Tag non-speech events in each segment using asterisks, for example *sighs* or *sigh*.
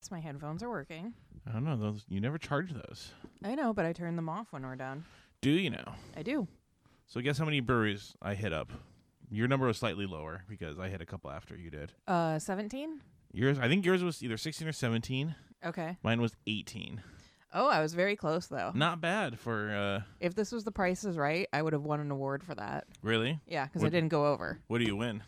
guess my headphones are working. I don't know those. You never charge those, I know, but I turn them off when we're done. do you know? I do. So guess how many breweries I hit up. Your number was slightly lower because I hit a couple after you did. Uh, 17? Yours, I think yours was either 16 or 17. Okay. Mine was 18. Oh, I was very close though. Not bad for uh If this was The Price is Right, I would have won an award for that. really. Yeah, because I Would- didn't go over. What do you win?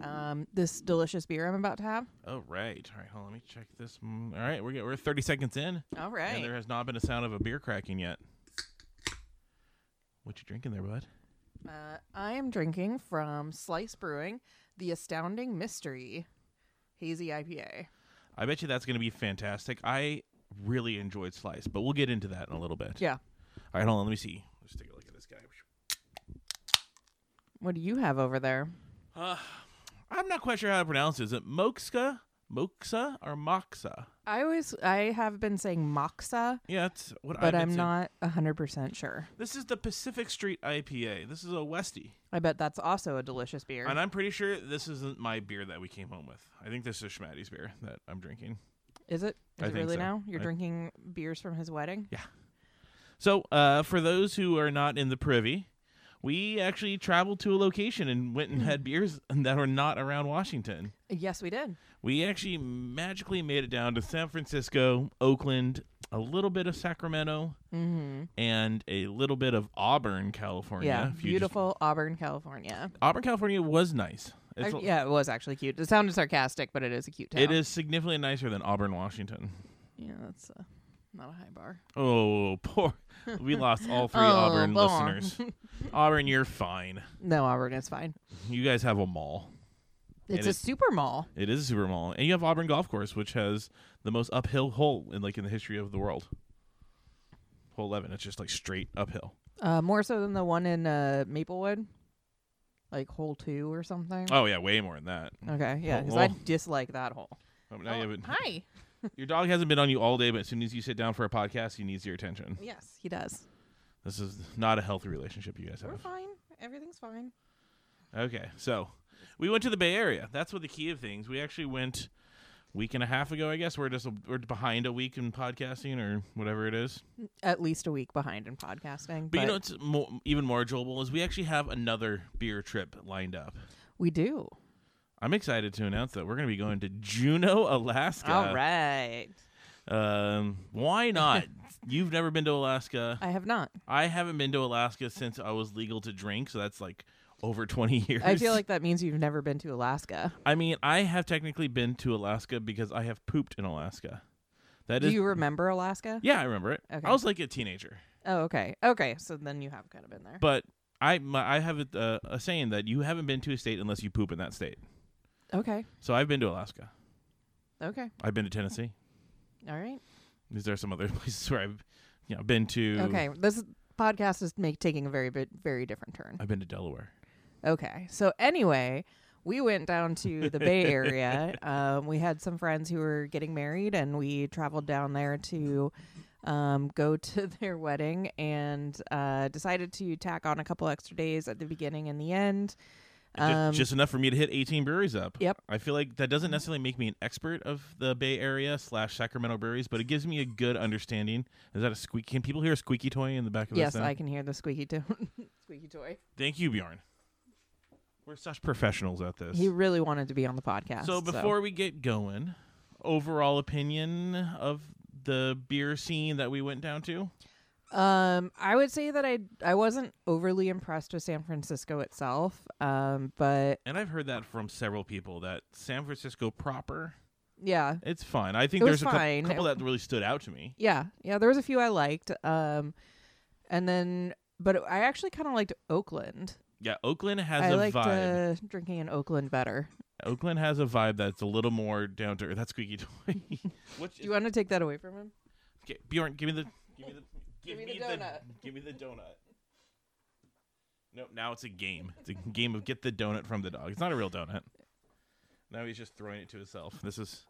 Um, this delicious beer I'm about to have. Oh right, all right. Hold on, let me check this. Mm, All right, we're get, we're 30 seconds in, All and there right. has not been a sound of a beer cracking yet. What you drinking there, bud? Uh, I am drinking from Slice Brewing the Astounding Mystery Hazy IPA. I bet you that's going to be fantastic. I really enjoyed Slice, but we'll get into that in a little bit. Yeah. All right, hold on. Let me see. Let's take a look at this guy. What do you have over there? Uh, I'm not quite sure how to pronounce it. Is it Moxa, Moxa, or Moxa? I always I have been saying Moxa, Yeah, that's what. but I've I'm been saying. not hundred percent sure. This is the Pacific Street IPA. This is a Westie, I bet that's also a delicious beer. and I'm pretty sure this isn't my beer that we came home with. I think this is Schmatty's beer that I'm drinking. Is it? I Is it think really so. now? You're I- drinking beers from his wedding? So, uh, for those who are not in the privy, we actually traveled to a location and went Mm. and had beers *laughs* that are not around Washington. Yes, we did. We actually magically made it down to San Francisco, Oakland, a little bit of Sacramento, Mm-hmm. and a little bit of Auburn, California. Yeah, If you just- beautiful Auburn, California. Auburn, California was nice. It's, Uh, a- yeah, it was actually cute. It sounded sarcastic, but it is a cute town. It is significantly nicer than Auburn, Washington. Yeah, that's uh, not a high bar. Oh, poor. *laughs* We lost all three Oh, Auburn bummer. *laughs* listeners. Auburn, you're fine. No, Auburn is fine. You guys have a mall. It's It a is- super mall. It is a super mall, and you have Auburn Golf Course, which has the most uphill hole in like in the history of the world. Hole eleven, it's just like straight uphill. Uh, more so than the one in uh, Maplewood, like hole two or something. Oh yeah, way more than that. okay, yeah, Oh, because well. I dislike that hole. Oh, now you Oh, haven't- hi. *laughs* your dog hasn't been on you all day, but as soon as you sit down for a podcast, he needs your attention. Yes, he does. This is not a healthy relationship you guys We're have. fine. Everything's fine. Okay, so we went to the Bay Area. That's what the key of things. We actually went week and a half ago, I guess. We're just we're behind a week in podcasting or whatever it is. At least a week behind in podcasting, But, you know, it's more, even more enjoyable is we actually have another beer trip lined up. we do. I'm excited to announce that we're going to be going to Juneau, Alaska. All right. Um, why not? You've never been to Alaska. I have not. I haven't been to Alaska since I was legal to drink, so that's like over 20 years. I feel like that means you've never been to Alaska. *laughs* I mean, I have technically been to Alaska because I have pooped in Alaska. That Do is you remember Alaska? Yeah, I remember it. Okay. I was like a teenager, Oh, okay. Okay, so then you have kind of been there. but I my, I have a, uh, a saying that you haven't been to a state unless you poop in that state. okay. So I've been to Alaska. Okay. I've been to Tennessee. All right. Is there some other *laughs* places where I've you know been to? Okay. This podcast is make, taking a very bit very different turn. I've been to Delaware. Okay. So anyway, we went down to the *laughs* Bay Area. Um, we had some friends who were getting married, and we traveled down there to um, go *laughs* to their wedding, and uh, decided to tack on a couple extra days at the beginning and the end. Um, Ju- just, enough for me to hit 18 breweries up. Yep. I feel like that doesn't necessarily make me an expert of the Bay Area slash Sacramento breweries, but it gives me a good understanding. Is that a squeak? Can people hear a squeaky toy in the back of yes, this? thing? I can hear the squeaky to- *laughs* squeaky toy. Thank you, Bjorn. We're such professionals at this. He really wanted to be on the podcast. so before we get going, overall opinion of the beer scene that we went down to. Um, I would say that I I wasn't overly impressed with San Francisco itself. Um, but And I've heard that from several people that San Francisco proper, yeah, it's fine. I think It was there's a cou- fine. couple It- that really stood out to me. yeah, yeah. There was a few I liked. Um, and then but I actually kind of liked Oakland. Yeah, Oakland has I a liked vibe. Uh, drinking in Oakland better. Oakland has a vibe that's a little more down to earth. That's squeaky toy. *laughs* Which Do you want to take that away from him? okay, Bjorn, give me the give me the give, me the donut. give me the donut. Nope, now it's a game. It's a game of get the donut from the dog. It's not a real donut. Now he's just throwing it to himself. This is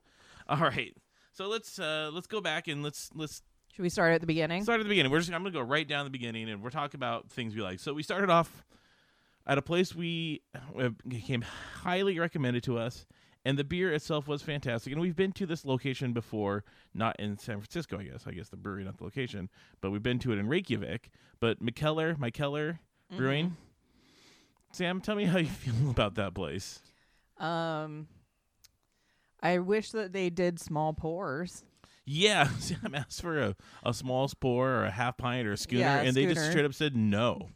all right. So let's uh let's go back and let's let's Should we start at the beginning? start at the beginning. We're just I'm gonna go right down the beginning and we're talking about things we like. So we started off at a place we uh, came highly recommended to us, and the beer itself was fantastic. And we've been to this location before, not in San Francisco, I guess. I guess the brewery, not the location, but we've been to it in Reykjavik. But McKellar, McKellar Mm-hmm. Brewing. Sam, tell me how you feel *laughs* about that place. Um, I wish that they did small pours. Yeah, *laughs* Sam asked for a, a small pour or a half pint or a schooner, Yeah, a and they just schooner. straight up said no.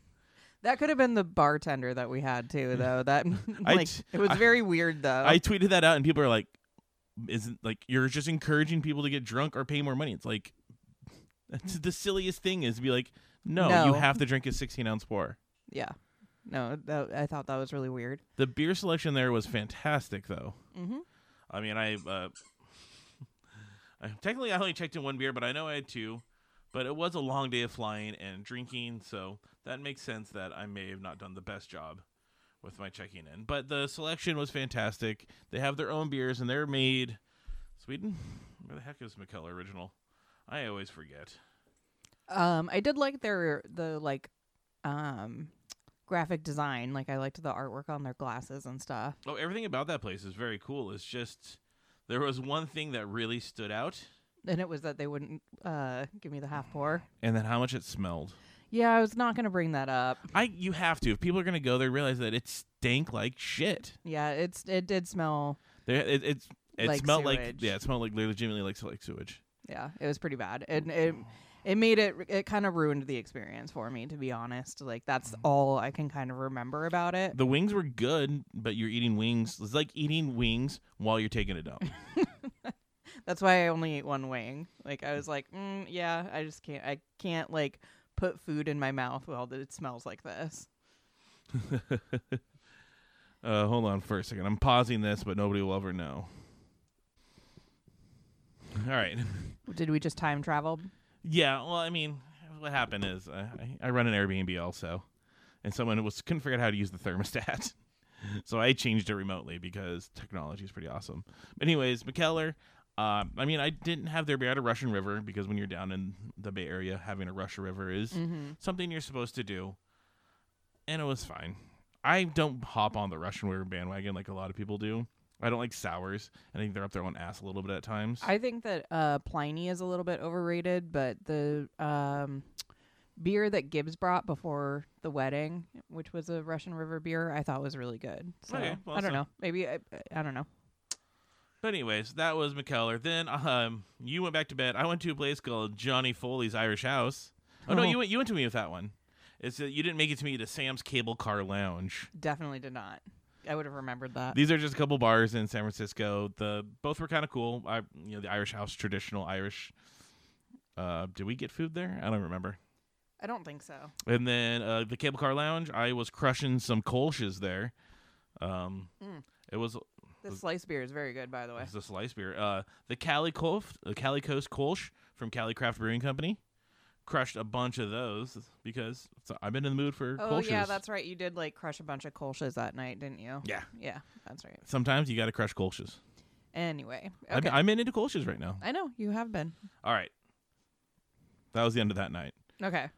That could have been the bartender that we had too, though. That *laughs* like t- it was Mm. *laughs* I- very weird though. I tweeted that out, and people are like, "Isn't like you're just encouraging people to get drunk or pay more money?" It's like *laughs* that's the silliest thing is to be like, "No, No. you have to drink a 16 ounce pour." yeah, no, that, I thought that was really weird. The beer selection there was fantastic, though. Mm-hmm. I mean, I, uh, *laughs* I technically I only checked in one beer, but I know I had two. But it was a long day of flying and drinking, so that makes sense that I may have not done the best job with my checking in. But the selection was fantastic. They have their own beers, and they're made Sweden. Where the heck is McKellar original? I always forget. Um, I did like their the like, um, graphic design. Like I liked the artwork on their glasses and stuff. Oh, everything about that place is very cool. It's just there was one thing that really stood out, And it was that they wouldn't uh give me the half pour. and then how much it smelled. Yeah, I was not gonna bring that up. I you have to. If people are gonna go there, realize that it stank like shit. Yeah, it's it did smell. There, it it's it Like smelled like sewage. yeah, it smelled like legitimately like like sewage. Yeah, it was pretty bad. And it it made it it kind of ruined the experience for me to be honest. Like that's Mm. all I can kind of remember about it. The wings were good, but you're eating wings. It's like eating wings while you're taking *laughs* a dump. That's why I only ate one wing. Like I was like, mm, yeah, I just can't. I can't like put food in my mouth while it smells like this. uh, hold on for a second. I'm pausing this, but nobody will ever know. All right. Did we just time travel? Yeah. Well, I mean, what happened is I, I- I run an Airbnb also, and someone was couldn't figure out how to use the thermostat, *laughs* so I changed it remotely because technology is pretty awesome. But anyways, McKellar. Uh, I mean, I didn't have their beer at a Russian River because when you're down in the Bay Area, having a Russian River is Mm-hmm. something you're supposed to do, and it was fine. I don't hop on the Russian River bandwagon like a lot of people do. I don't like sours. I think they're up their own ass a little bit at times. I think that uh, Pliny is a little bit overrated, but the um, beer that Gibbs brought before the wedding, which was a Russian River beer, I thought was really good. So Okay, well, I don't so- know. Maybe I, I don't know. But anyways, that was McKellar. Then um, you went back to bed. I went to a place called Johnny Foley's Irish House. Oh, no, Oh. you went you went to me with that one. It's that you didn't make it to me to Sam's Cable Car Lounge. Definitely did not. I would have remembered that. These are just a couple bars in San Francisco. The both were kind of cool. I you know the Irish House, traditional Irish. Uh, did we get food there? I don't remember. I don't think so. And then uh, the Cable Car Lounge. I was crushing some Kolsch's there. Um, Mm. it was The Was- slice beer is very good, by the way. It's a slice beer. Uh, the Cali Coast, the Cali Coast Kolsch from Cali Craft Brewing Company, crushed a bunch of those because so I've been in the mood for Oh yeah, Kolsch's. that's right. You did like crush a bunch of kolsches that night, didn't you? yeah. Yeah, that's right. Sometimes you got to crush Kolsch's. Anyway, I've okay. been- I'm in into Kolsch's right now. I know you have been. All right, that was the end of that night. Okay.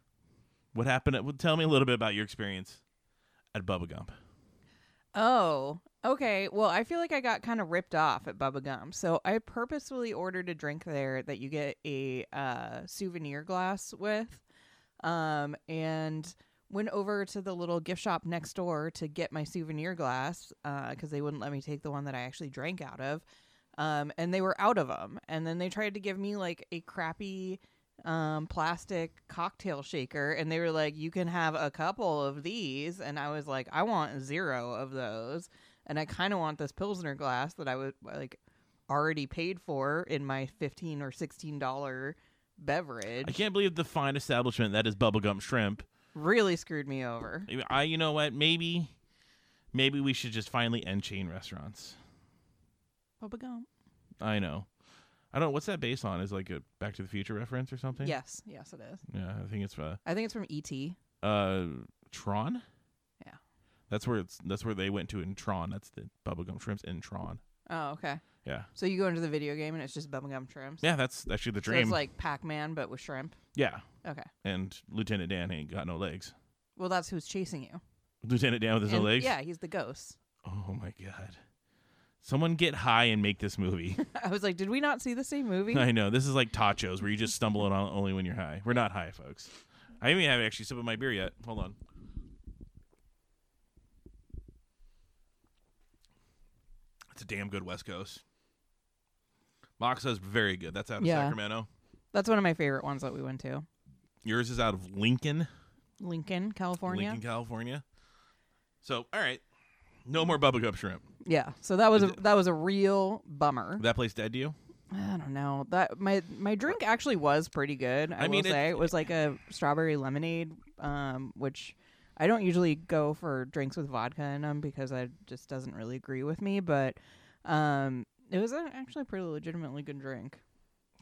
What happened? At, well, tell me a little bit about your experience at Bubba Gump. Oh, okay. Well, I feel like I got kind of ripped off at Bubba Gump. So I purposefully ordered a drink there that you get a uh, souvenir glass with, um, and went over to the little gift shop next door to get my souvenir glass because they wouldn't let me take the one that I actually drank out of. Um, and they were out of them. And then they tried to give me like a crappy um, plastic cocktail shaker, and they were like, "You can have a couple of these," and I was like, "I want zero of those," and I kind of want this pilsner glass that I would like already paid for in my fifteen or sixteen dollar beverage. I can't believe the fine establishment that is Bubba Gump Shrimp. Really screwed me over. I, you know what? Maybe, maybe we should just finally end chain restaurants. Bubba gum. I know. I don't. What's that based on? Is it like a Back to the Future reference or something? Yes, yes, it is. Yeah, I think it's uh, I think it's from E E.T. uh Tron. Yeah. That's where it's. That's where they went to in Tron. That's the bubblegum shrimps in Tron. Oh, okay. Yeah. So you go into the video game and it's just bubblegum shrimps. Yeah, that's actually the So dream. it's like Pac-Man but with shrimp. yeah, Okay. and Lieutenant Dan ain't got no legs. Well, that's who's chasing you. Lieutenant Dan with his no And- legs. Yeah, he's the ghost. Oh my god. Someone get high and make this movie. *laughs* I was like, did we not see the same movie? I know this is like tachos where you just stumble on only when you're high. We're not high, folks. I haven't even had actually sip of my beer yet. Hold on. It's a damn good West Coast. Moxa's very good. That's out of Yeah. Sacramento. That's one of my favorite ones that we went to. Yours is out of Lincoln, Lincoln, California. Lincoln, California. So, all right, no more Bubba Gump shrimp. Yeah. So that was a Is it- that was a real bummer. That place dead to you? I don't know. That my my drink actually was pretty good. I, I mean, will it- say it was like a strawberry lemonade, um, which I don't usually go for drinks with vodka in them because I just doesn't really agree with me. But um, it was a, actually a pretty legitimately good drink.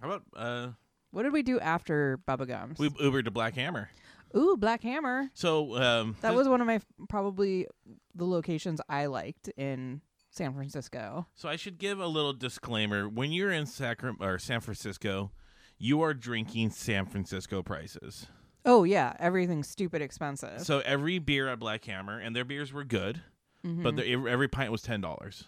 How about uh, What did we do after Bubba Gums? we Ubered to Black Hammer? Ooh, Black Hammer. So um, That this- was one of my f- probably the locations I liked in San Francisco. So I should give a little disclaimer. When you're in Sacram or San Francisco, you are drinking San Francisco prices. Oh yeah, everything's stupid expensive. So every beer at Black Hammer, and their beers were good, Mm-hmm. but their, every pint was ten dollars.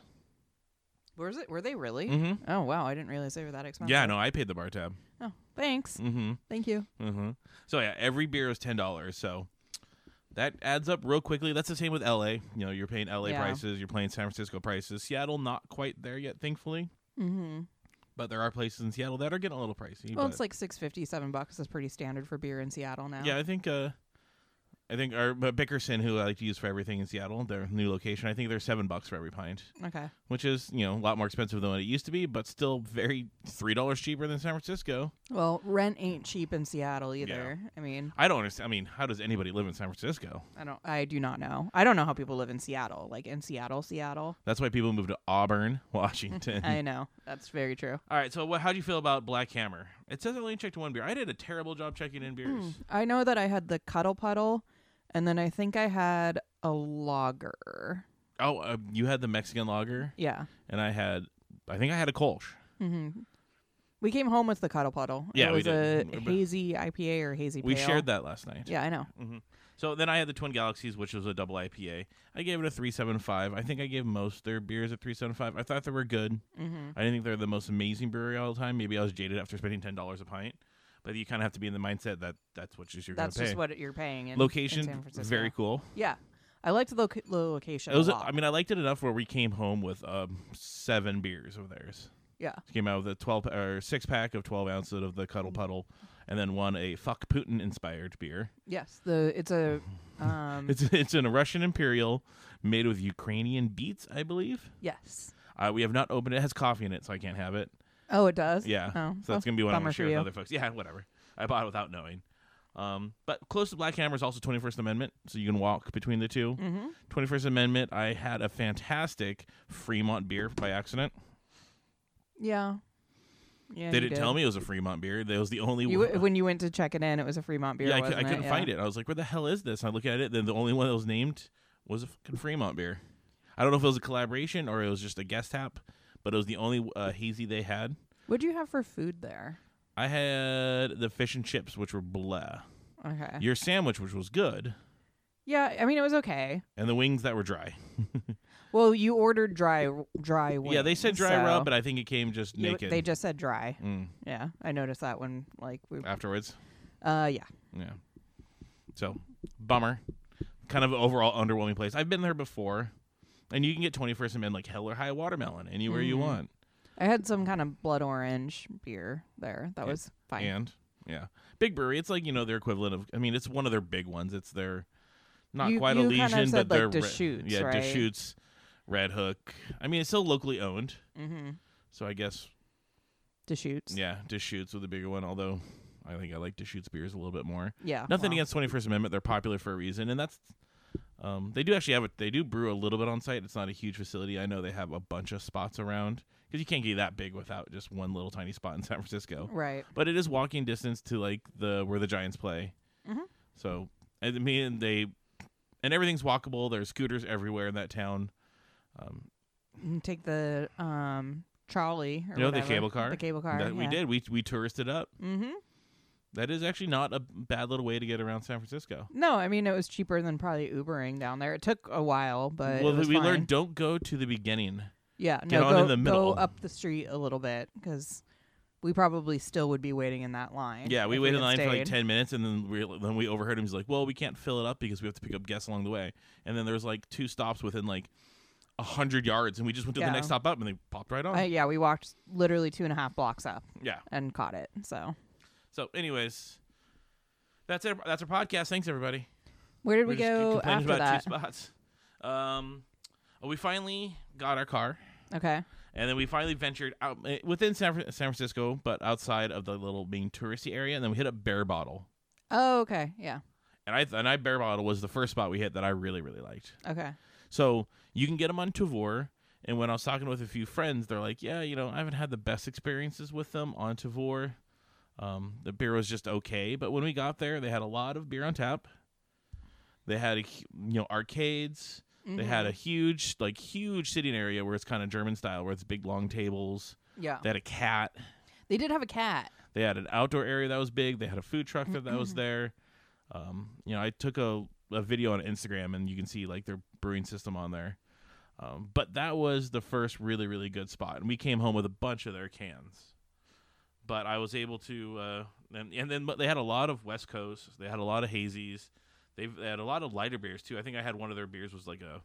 Where's it? Were they really? hmm Oh wow, I didn't realize they were that expensive. Yeah, no, I paid the bar tab. Oh, thanks. Mm-hmm. Thank you. Mm-hmm. So yeah, every beer is ten dollars. So that adds up real quickly. That's the same with LA. You know, you're paying LA Yeah. prices, you're paying San Francisco prices. Seattle not quite there yet, thankfully. Mm-hmm. But there are places in Seattle that are getting a little pricey. Well, but- it's like six fifty, seven bucks is pretty standard for beer in Seattle now. Yeah, I think uh I think our but Bickerson, who I like to use for everything in Seattle, their new location, I think they're seven bucks for every pint, Okay. which is you know a lot more expensive than what it used to be, but still very three dollars cheaper than San Francisco. Well, rent ain't cheap in Seattle either. I mean, I don't understand. I mean, how does anybody live in San Francisco? I don't. I do not know. I don't know how people live in Seattle. Like in Seattle, Seattle. *laughs* That's why people move to Auburn, *laughs* Washington. I know that's very true. All right, so what, how do you feel about Black Hammer? It says I only checked one beer. I did a terrible job checking in beers. I know that I had the cuddle puddle, and then I think I had a lager. Oh, uh, you had the Mexican lager, Yeah. and I had, I think I had a Kolsch. Mm-hmm. We came home with the cuddle puddle. Yeah, it we was did. a Mm, but- hazy IPA or hazy. We pale. shared that last night. Yeah, I know. So then I had the Twin Galaxies, which was a double IPA. I gave it a 375. I think I gave most their beers a 375. I thought they were good. Mm-hmm. I didn't think they're the most amazing brewery all the time. Maybe I was jaded after spending $10 a pint. But you kind of have to be in the mindset that that's what you're going That's to pay. just what you're paying. In, in San Location, Francisco. very cool. Yeah, I liked the loca- the location. It was, a a, lot. I mean, I liked it enough where we came home with um, seven beers of theirs. yeah, Came out with a 12 pa- or six pack of 12 ounces of the Mm. Cuddle Puddle, and then one a Fuck Putin inspired beer. yes. The it's *laughs* a um It's it's in a Russian Imperial made with Ukrainian beets, I believe. yes. Uh, we have not opened it. It has coffee in it, so I can't have it. Oh, it does. Yeah. Oh, so that's well, going to be what I'm bummer going to for share with you. other folks. Yeah, whatever. I bought it without knowing. Um, but close to Black Hammer is also 21st Amendment, so you can walk between the 2 Mhm. 21st Amendment, I had a fantastic Fremont beer by accident. Yeah. Yeah. they you didn't did. tell me it was a Fremont beer. That was the only You, one. w- when you went to check it in, it was a Fremont beer. yeah, I, cou- wasn't I couldn't it? find it. I was like, where the hell is this? And I look at it, then the only one that was named was a fucking Fremont beer. I don't know if it was a collaboration or it was just a guest tap, but it was the only uh, hazy they had. What'd you have for food there? I had the fish and chips, which were blah. Okay. Your sandwich, which was good, Yeah, I mean it was okay. and the wings that were dry. Well, you ordered dry dry. yeah, they said dry so rub, but I think it came just you- naked They just said dry. mm, Yeah, I noticed that when like we. afterwards. Ah. Uh, yeah. Yeah. So, bummer. Kind of overall underwhelming place. I've been there before, and you can get 21st and like hell or high watermelon anywhere you Mhm. want. I had some kind of blood orange beer there. That Yeah. was fine. And yeah, big brewery. It's like you know their equivalent of. I mean, it's one of their big ones. It's their not You- quite you a kind of Legion, said, but like, they're Re- Deschutes, yeah, right? Deschutes, Red Hook. I mean, it's still locally owned, Mm-hmm. so I guess Deschutes. yeah, Deschutes with the bigger one. Although I think I like Deschutes beers a little bit more. Yeah. Nothing well, against Twenty First Amendment. They're popular for a reason, and that's. Um, they do actually have a They do brew a little bit on site. It's not a huge facility. I know they have a bunch of spots around because you can't get that big without just one little tiny spot in San Francisco. Right. but it is walking distance to like the where the Giants play. Mhm. So I mean they and everything's walkable. There's scooters everywhere in that town. Um, You take the um trolley. Or You know, the whatever. cable car? The cable car. that we yeah. did. We we touristed up. Mm-hmm. That is actually not a bad little way to get around San Francisco. No, I mean it was cheaper than probably Ubering down there. It took a while, but it well, was we fine. learned don't go to the beginning Yeah, Get no, on go, in the middle. go up the street a little bit because we probably still would be waiting in that line. Yeah, we if waited in had line for like stayed. ten minutes, and then we then we overheard him. He's like, "Well, we can't fill it up because we have to pick up guests along the way." And then there was like two stops within like a hundred yards, and we just went to the Yeah. next stop up, and they popped right on. Uh, yeah, we walked literally two and a half blocks up yeah. and caught it. So So, anyways, that's it. That's our podcast. Thanks, everybody. where did we just go complaining after about that? two spots. Um, we finally got our car, Okay, and then we finally ventured out eh, within San, Fran- San Francisco, but outside of the little main touristy area, and then we hit up Bear Bottle. oh okay, yeah, And I and I Bear Bottle was the first spot we hit that I really really liked. okay, So you can get them on Tavor. And when I was talking with a few friends, they're like, "Yeah, you know, I haven't had the best experiences with them on Tavor. Um, the beer was just okay, but when we got there, they had a lot of beer on tap. They had, a, hu- you know, arcades. They had a huge, like, huge sitting area where it's kind of German style, where it's big long tables. Mm-hmm. yeah. They had a cat. They did have a cat. They had an outdoor area that was big. They had a food truck that, that was there. Um, you know, I took a, a video on Instagram and you can see like their brewing system on there. Um, but that was the first really, really good spot. And we came home with a bunch of their cans. But I was able to, uh, and, and then but they had a lot of West Coast. They had a lot of hazies. They've, they had a lot of lighter beers too. I think I had one of their beers was like a,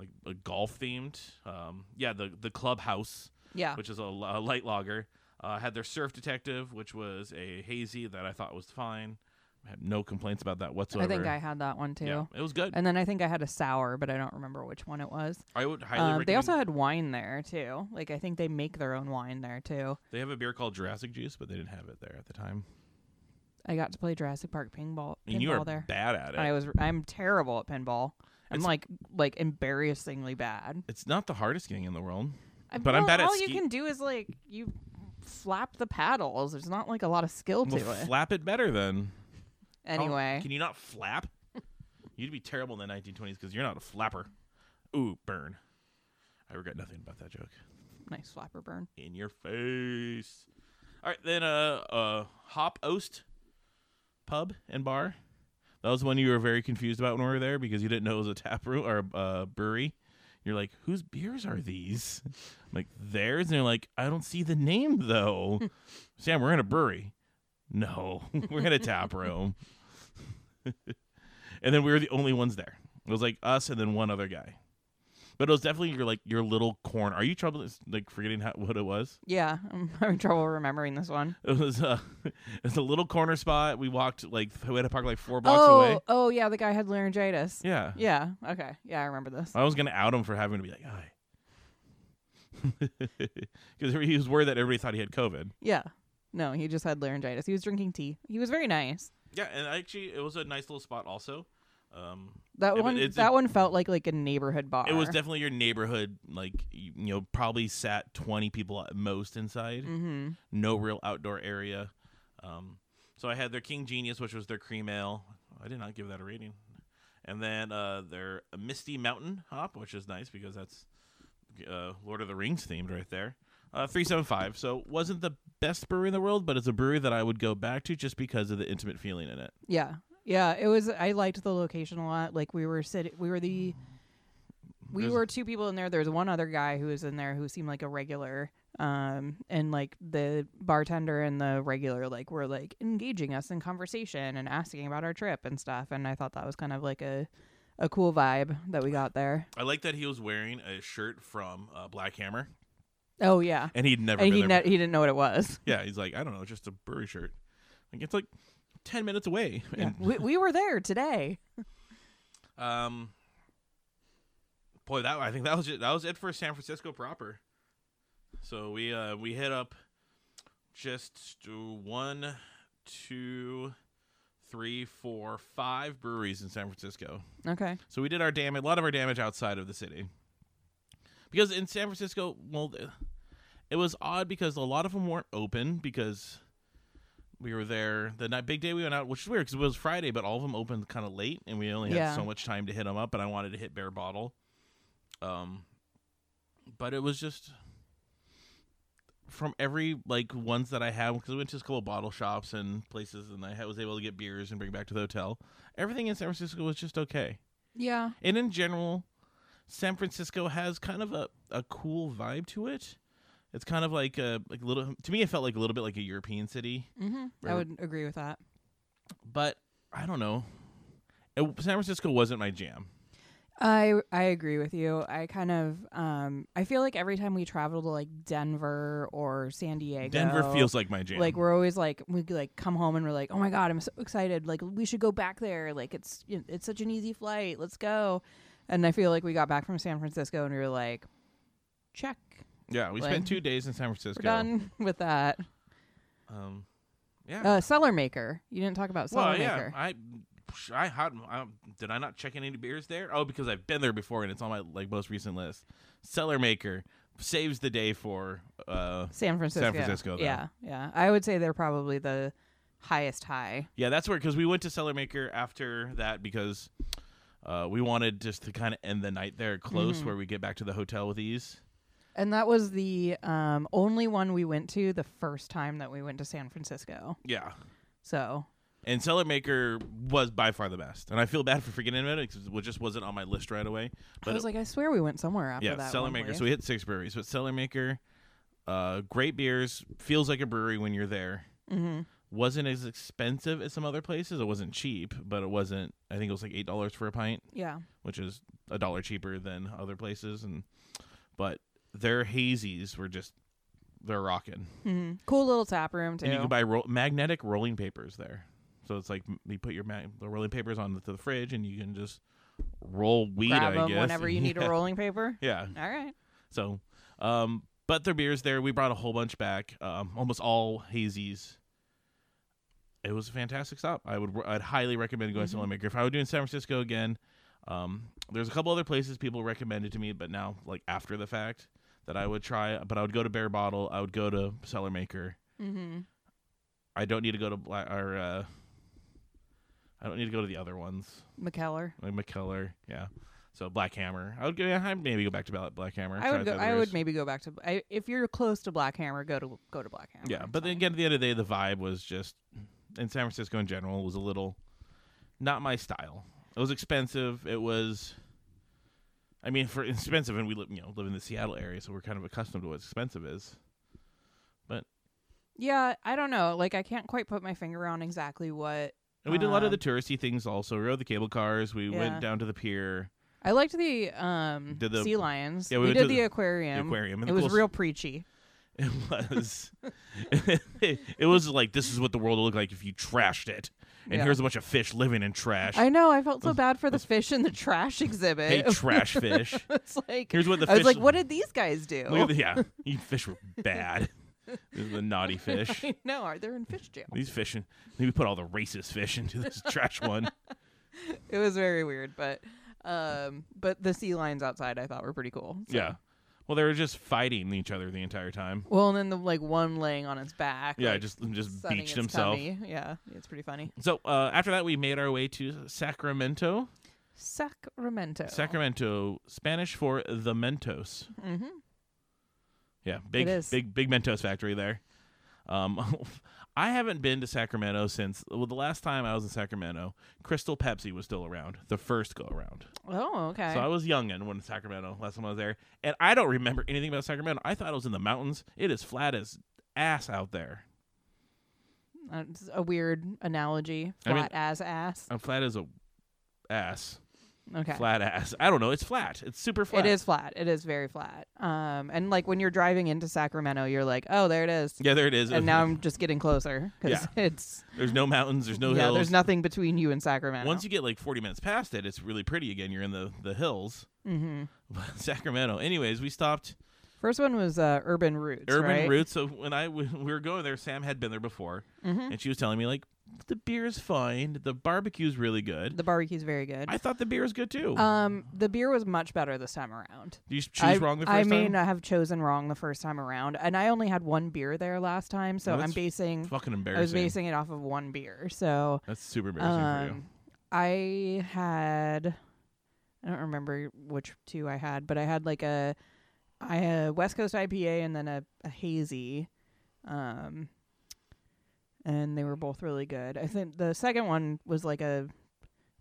like a golf themed. Um, yeah, the the clubhouse Yeah, *laughs* which is a, l- a light lager. Uh, had their Surf Detective, which was a hazy that I thought was fine. I had no complaints about that whatsoever. I think I had that one too. Yeah, it was good. And then I think I had a sour, but I don't remember which one it was. I would highly Um, recommend. they also had wine there too. Like I think they make their own wine there too. they have a beer called Jurassic Juice, but they didn't have it there at the time. I got to play Jurassic Park ping ball, And you pinball are there. bad at it. I was I'm terrible at pinball. I'm It's- like like embarrassingly bad. it's not the hardest thing in the world. I- But I'm well, bad at all ski- you can do is like you flap the paddles. There's not like a lot of skill to Well, it. flap it better then. How- anyway, can you *laughs* not flap? You'd be terrible in the 1920s because you're not a flapper. Ooh, burn. I regret nothing about that joke. nice flapper burn. in your face. All right, then uh, uh, Hop Oast Pub and Bar. That was one you were very confused about when we were there because you didn't know it was a tap room or a uh, brewery. You're like, whose beers are these? *laughs* I'm like theirs, and they're like, I don't see the name though. Sam, we're in a brewery. No, *laughs* we're in a tap room. *laughs* and then we were the only ones there. It was like us and then one other guy. But it was definitely your like your little corn. Are you trouble like forgetting how, what it was? Yeah, *laughs* I'm having trouble remembering this one. *laughs* It was a it was a little corner spot. We walked like we had to park like four blocks oh, away. oh yeah, the guy had laryngitis. Yeah. Yeah. Okay. Yeah, I remember this. I was gonna out him for having to be like, hi, *laughs* because he was worried that everybody thought he had COVID. Yeah. No, he just had laryngitis. He was drinking tea. He was very nice. Yeah, and actually, it was a nice little spot. Also, um, That Yeah, but one it's a- that one felt like like a neighborhood bar. it was definitely your neighborhood. Like you, you know, probably sat twenty people at most inside. hmm No real outdoor area. Um, so I had their King Genius, which was their cream ale. I did not give that a rating. And then uh, their Misty Mountain hop, which is nice because that's uh, Lord of the Rings themed right there. Uh, 375. So wasn't the best brewery in the world, but it's a brewery that I would go back to just because of the intimate feeling in it. Yeah. Yeah, it was I liked the location a lot. Like we were sitting we were the we There's- were two people in there. There was one other guy who was in there who seemed like a regular. Um and like the bartender and the regular like were like engaging us in conversation and asking about our trip and stuff and I thought that was kind of like a a cool vibe that we got there. I like that he was wearing a shirt from uh, Black Hammer, Oh yeah. and he'd never And been he there. ne- he didn't know what it was. yeah, he's like, I don't know, just a brewery shirt. Like it's like ten minutes away. Yeah. And we we were there today. Um, boy, that I think that was it. That was it for San Francisco proper. So we uh we hit up just uh, one, two, three, four, five breweries in San Francisco. *laughs* Okay. So we did our damage, a lot of our damage outside of the city. Because in San Francisco, well, th- it was odd because a lot of them weren't open because we were there the night, big day we went out, which is weird because it was Friday, but all of them opened kind of late, and we only had Yeah. so much time to hit them up, and I wanted to hit Bear Bottle. Um, but it was just from every like ones that I had because we went to a couple bottle shops and places, and I had- was able to get beers and bring back to the hotel. Everything in San Francisco was just okay. Yeah. And in general, San Francisco has kind of a, a cool vibe to it. It's kind of like a like a little to me. It felt like a little bit like a European city, Mm-hmm. I Or- would agree with that. but I don't know. It, San Francisco wasn't my jam. I I agree with you. I kind of um I feel like every time we travel to like Denver or San Diego, Denver feels like my jam. like we're always like we like come home and we're like oh my god I'm so excited like we should go back there like it's it's such an easy flight let's go, and I feel like we got back from San Francisco and we were like, check yeah, we like- spent two days in San Francisco. we're done *laughs* with that. Um, yeah. Uh, Cellar Maker, you didn't talk about Cellar well, yeah. Maker. I I had I, did I not check in any beers there? Oh, because I've been there before and it's on my like most recent list. Cellar Maker saves the day for uh San Francisco. Francisco, though. Yeah, yeah. I would say they're probably the highest high. Yeah, that's where because we went to Cellar Maker after that because uh, we wanted just to kind of end the night there close Mm-hmm. where we get back to the hotel with ease. And that was the um, only one we went to the first time that we went to San Francisco. Yeah. So And Cellar Maker was by far the best, and I feel bad for forgetting about it because it just wasn't on my list right away. But I it- was like, I swear we went somewhere after yeah, that. Cellar one Maker. place. So we hit six breweries, but Cellar Maker, uh, great beers. Feels like a brewery when you're there. Mhm. Wasn't as expensive as some other places. It wasn't cheap, but it wasn't. I think it was like eight dollars for a pint, yeah. which is a dollar cheaper than other places. And but their hazies were just they're rocking. hmm Cool little tap room too. And you can buy ro- magnetic rolling papers there. So it's like m- you put your mag- the rolling papers on the, to the fridge, and you can just roll weed. Grab I 'em guess whenever you need *laughs* Yeah. a rolling paper. Yeah, All right. So, um, but their beers there, we brought a whole bunch back, um, almost all hazies. It was a fantastic stop. I would, I'd highly recommend going Mm-hmm. to Lone Maker. If I were doing San Francisco again, um, there's a couple other places people recommended to me, but now like after the fact that I would try. But I would go to Bear Bottle. I would go to Cellar Maker. Mm-hmm. I don't need to go to Black or. Uh, I don't need to go to the other ones McKellar. like McKellar. Yeah. So Black Hammer. I would go. Yeah, I'd maybe go back to Bal- Black Hammer. I try would the go. other I would beers. maybe go back to. I, if you're close to Black Hammer, go to go to Black Hammer. Yeah, It's but then fine. again, at the end of the day, the vibe was just in San Francisco in general was a little not my style. It was expensive. It was, I mean, for expensive, and we live you know live in the Seattle area, so we're kind of accustomed to what expensive is. yeah, I don't know. Like I can't quite put my finger on exactly what And we did a lot of Um, the touristy things also. We rode the cable cars. We Yeah. went down to the pier, *laughs* I liked the um Did the- sea lions. Yeah, we we, went to did the, the- the aquarium. aquarium. And It the was coolest- real preachy. It *laughs* was. it was like this is what the world would look like if you trashed it, and Yeah. here's a bunch of fish living in trash. I know. I felt so bad for the fish in the trash *laughs* exhibit. Hate trash *laughs* fish. it's like Here's what the I was fish like, what did these guys do? Look *laughs* at the, yeah, you fish were bad. This is the naughty *laughs* fish. I know. Are they in fish jail? These fish, in- we put all the racist fish *laughs* into this trash one. It was very weird, but um, but the sea lions outside I thought were pretty cool. so. Yeah. Well, they were just fighting each other the entire time. Well, and then the like one laying on its back. Yeah, like, just just sunning beached its himself. tummy. Yeah, it's pretty funny. So uh, after that, we made our way to Sacramento. Sacramento. Sacramento, Spanish for the Mentos. Mm-hmm. Yeah, big is. big big Mentos factory there. Um, *laughs* I haven't been to Sacramento since well, the last time I was in Sacramento, Crystal Pepsi was still around, the first go around. Oh, okay. So I was youngin' when Sacramento last time I was there, and I don't remember anything about Sacramento. I thought it was in the mountains. It is flat as ass out there. That's a weird analogy. I Flat mean- as ass. I'm flat as a ass, Okay. flat ass. I don't know. It's flat. It's super flat. It is flat. It is very flat. Um, and like when you're driving into Sacramento, you're like, oh, there it is. Yeah, there it is. And now I'm just getting closer because it's *laughs* there's no mountains. There's no yeah. hills. There's nothing between you and Sacramento. Once you get like 40 minutes past it, it's really pretty again. You're in the the hills, mm-hmm. *laughs* Sacramento. Anyways, we stopped First one was uh, Urban Roots. Urban right? Roots. So when I when we were going there, Sam had been there before, Mhm. and she was telling me like the beer is fine, the barbecue's really good. The barbecue's very good. I thought the beer was good too. um, the beer was much better this time around. you choose I, wrong the first I time. mean, I have chosen wrong the first time around, and I only had one beer there last time, so Well, I'm that's basing. Fucking um, I embarrassing. was basing it off of one beer. So, That's super embarrassing for you. um, I had. I don't remember which two I had, but I had like a, I had a West Coast IPA and then a, a hazy, um, and they were both really good. I think the second one was like a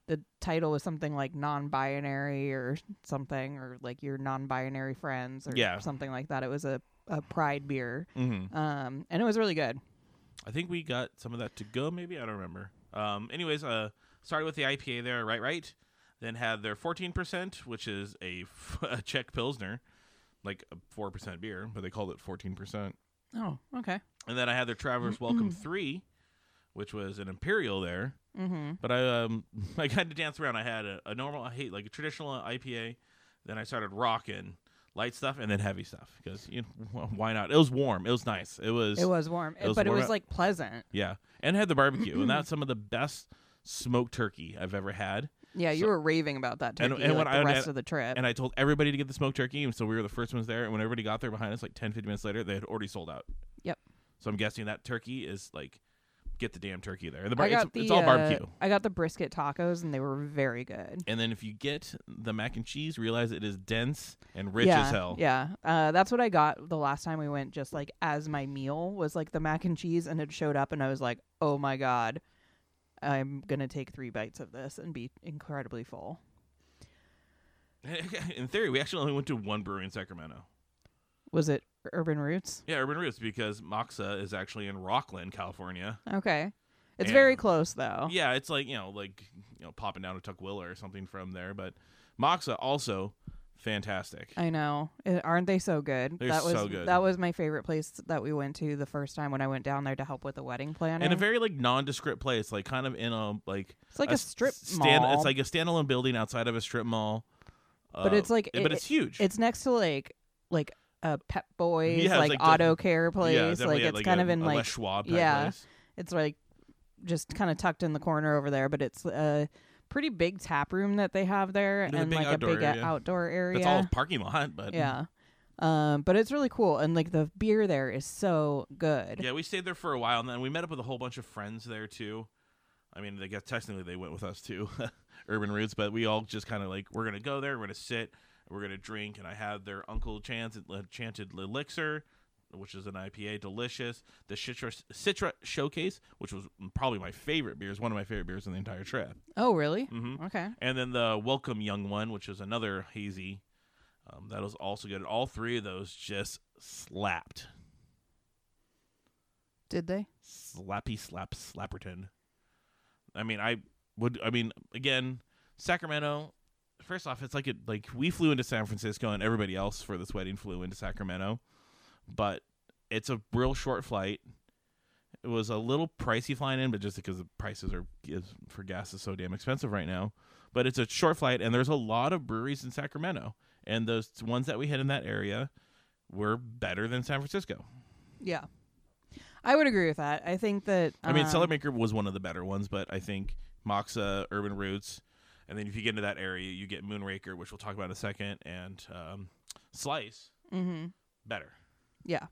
the title was something like non-binary or something or like your non-binary friends or Yeah. something like that. It was a, a pride beer. Mm-hmm. Um and it was really good. I think we got some of that to go. Maybe I don't remember. Um, anyways, uh, started with the IPA there, right, right. Then had their 14%, which is a, f- *laughs* a Czech Pilsner, like a 4% beer, but they called it 14%. Oh, okay. And then I had their *clears throat* Travelers Welcome 3, which was an Imperial there. Mhm. But I um *laughs* I kind of danced around. I had a, a normal, I hate like a traditional IPA. Then I started rocking light stuff and then heavy stuff because you know, *laughs* why not? It was warm. It was nice. It was. It was warm, it was but warm it was up. like pleasant. Yeah, and had the *clears throat* barbecue, and that's some of the best smoked turkey I've ever had. Yeah, you So- were raving about that And- turkey and like when the I- rest and- of the trip. And I told everybody to get the smoked turkey, and so we were the first ones there. And when everybody got there behind us, like 10, 15 minutes later, they had already sold out. Yep. So I'm guessing that turkey is like, get the damn turkey there. The bar- I it's, got the, it's all uh, barbecue. I got the brisket tacos and they were very good. And then if you get the mac and cheese, realize it is dense and rich yeah, as hell. Yeah. Uh, that's what I got the last time we went, just like as my meal was like the mac and cheese, and it showed up, and I was like, oh my God, I'm going to take three bites of this and be incredibly full. *laughs* In theory, we actually only went to one brewery in Sacramento. Was it Urban Roots? Yeah, Urban Roots, because Moxa is actually in Rockland, California. Okay. It's Yeah. very close, though. Yeah, it's like you know, like you know, popping down to Tuckwilla or something from there. But Moxa also fantastic. I know. Uh, aren't they so good? They're that was so good. that was my favorite place that we went to the first time when I went down there to help with the wedding planning. in a very like nondescript place, like kind of in a like it's like a, s- strip stand. mall. It's like a standalone building outside of a strip mall. Uh, But it's like- but it- it's huge. It's next to like like a Pep Boys, Yeah, it's like, like auto care yeah, place. like definitely at, it's kind a- of in a like Les Schwab type yeah. place. it's like just kind of tucked in the corner over there, but it's a pretty big tap room that they have there There's a and big like a outdoor big uh, area. outdoor area. That's all parking lot, but yeah. Um, but it's really cool and like the beer there is so good. yeah. We stayed there for a while, and then we met up with a whole bunch of friends there too. I mean, they guess technically they went with us too, *laughs* Urban Roots, but we all just kind of like we're gonna go there, we're gonna sit, we're gonna drink, and I had their uncle chants chanted elixir, which is an IPA, delicious. The Citra Citra Showcase, which was probably my favorite beer, is one of my favorite beers in the entire trip. Oh really? hmm Okay. And then the Welcome Young One, which is another hazy, um, that was also good. All three of those just slapped, Did they? slappy slap slapperton. I mean, I would. I mean, again, Sacramento. First off, it's like it like we flew into San Francisco, and everybody else for this wedding flew into Sacramento, but it's a real short flight. It was a little pricey flying in, but just because the prices are is, for gas is so damn expensive right now. But it's a short flight, and there's a lot of breweries in Sacramento, and those ones that we hit in that area were better than San Francisco. Yeah. I would agree with that. I think that I mean, um, Cellar Maker was one of the better ones, but I think Moxa, Urban Roots, and then if you get into that area, you get Moonraker, which we'll talk about in a second, and um, Slice mhm. better. Yeah.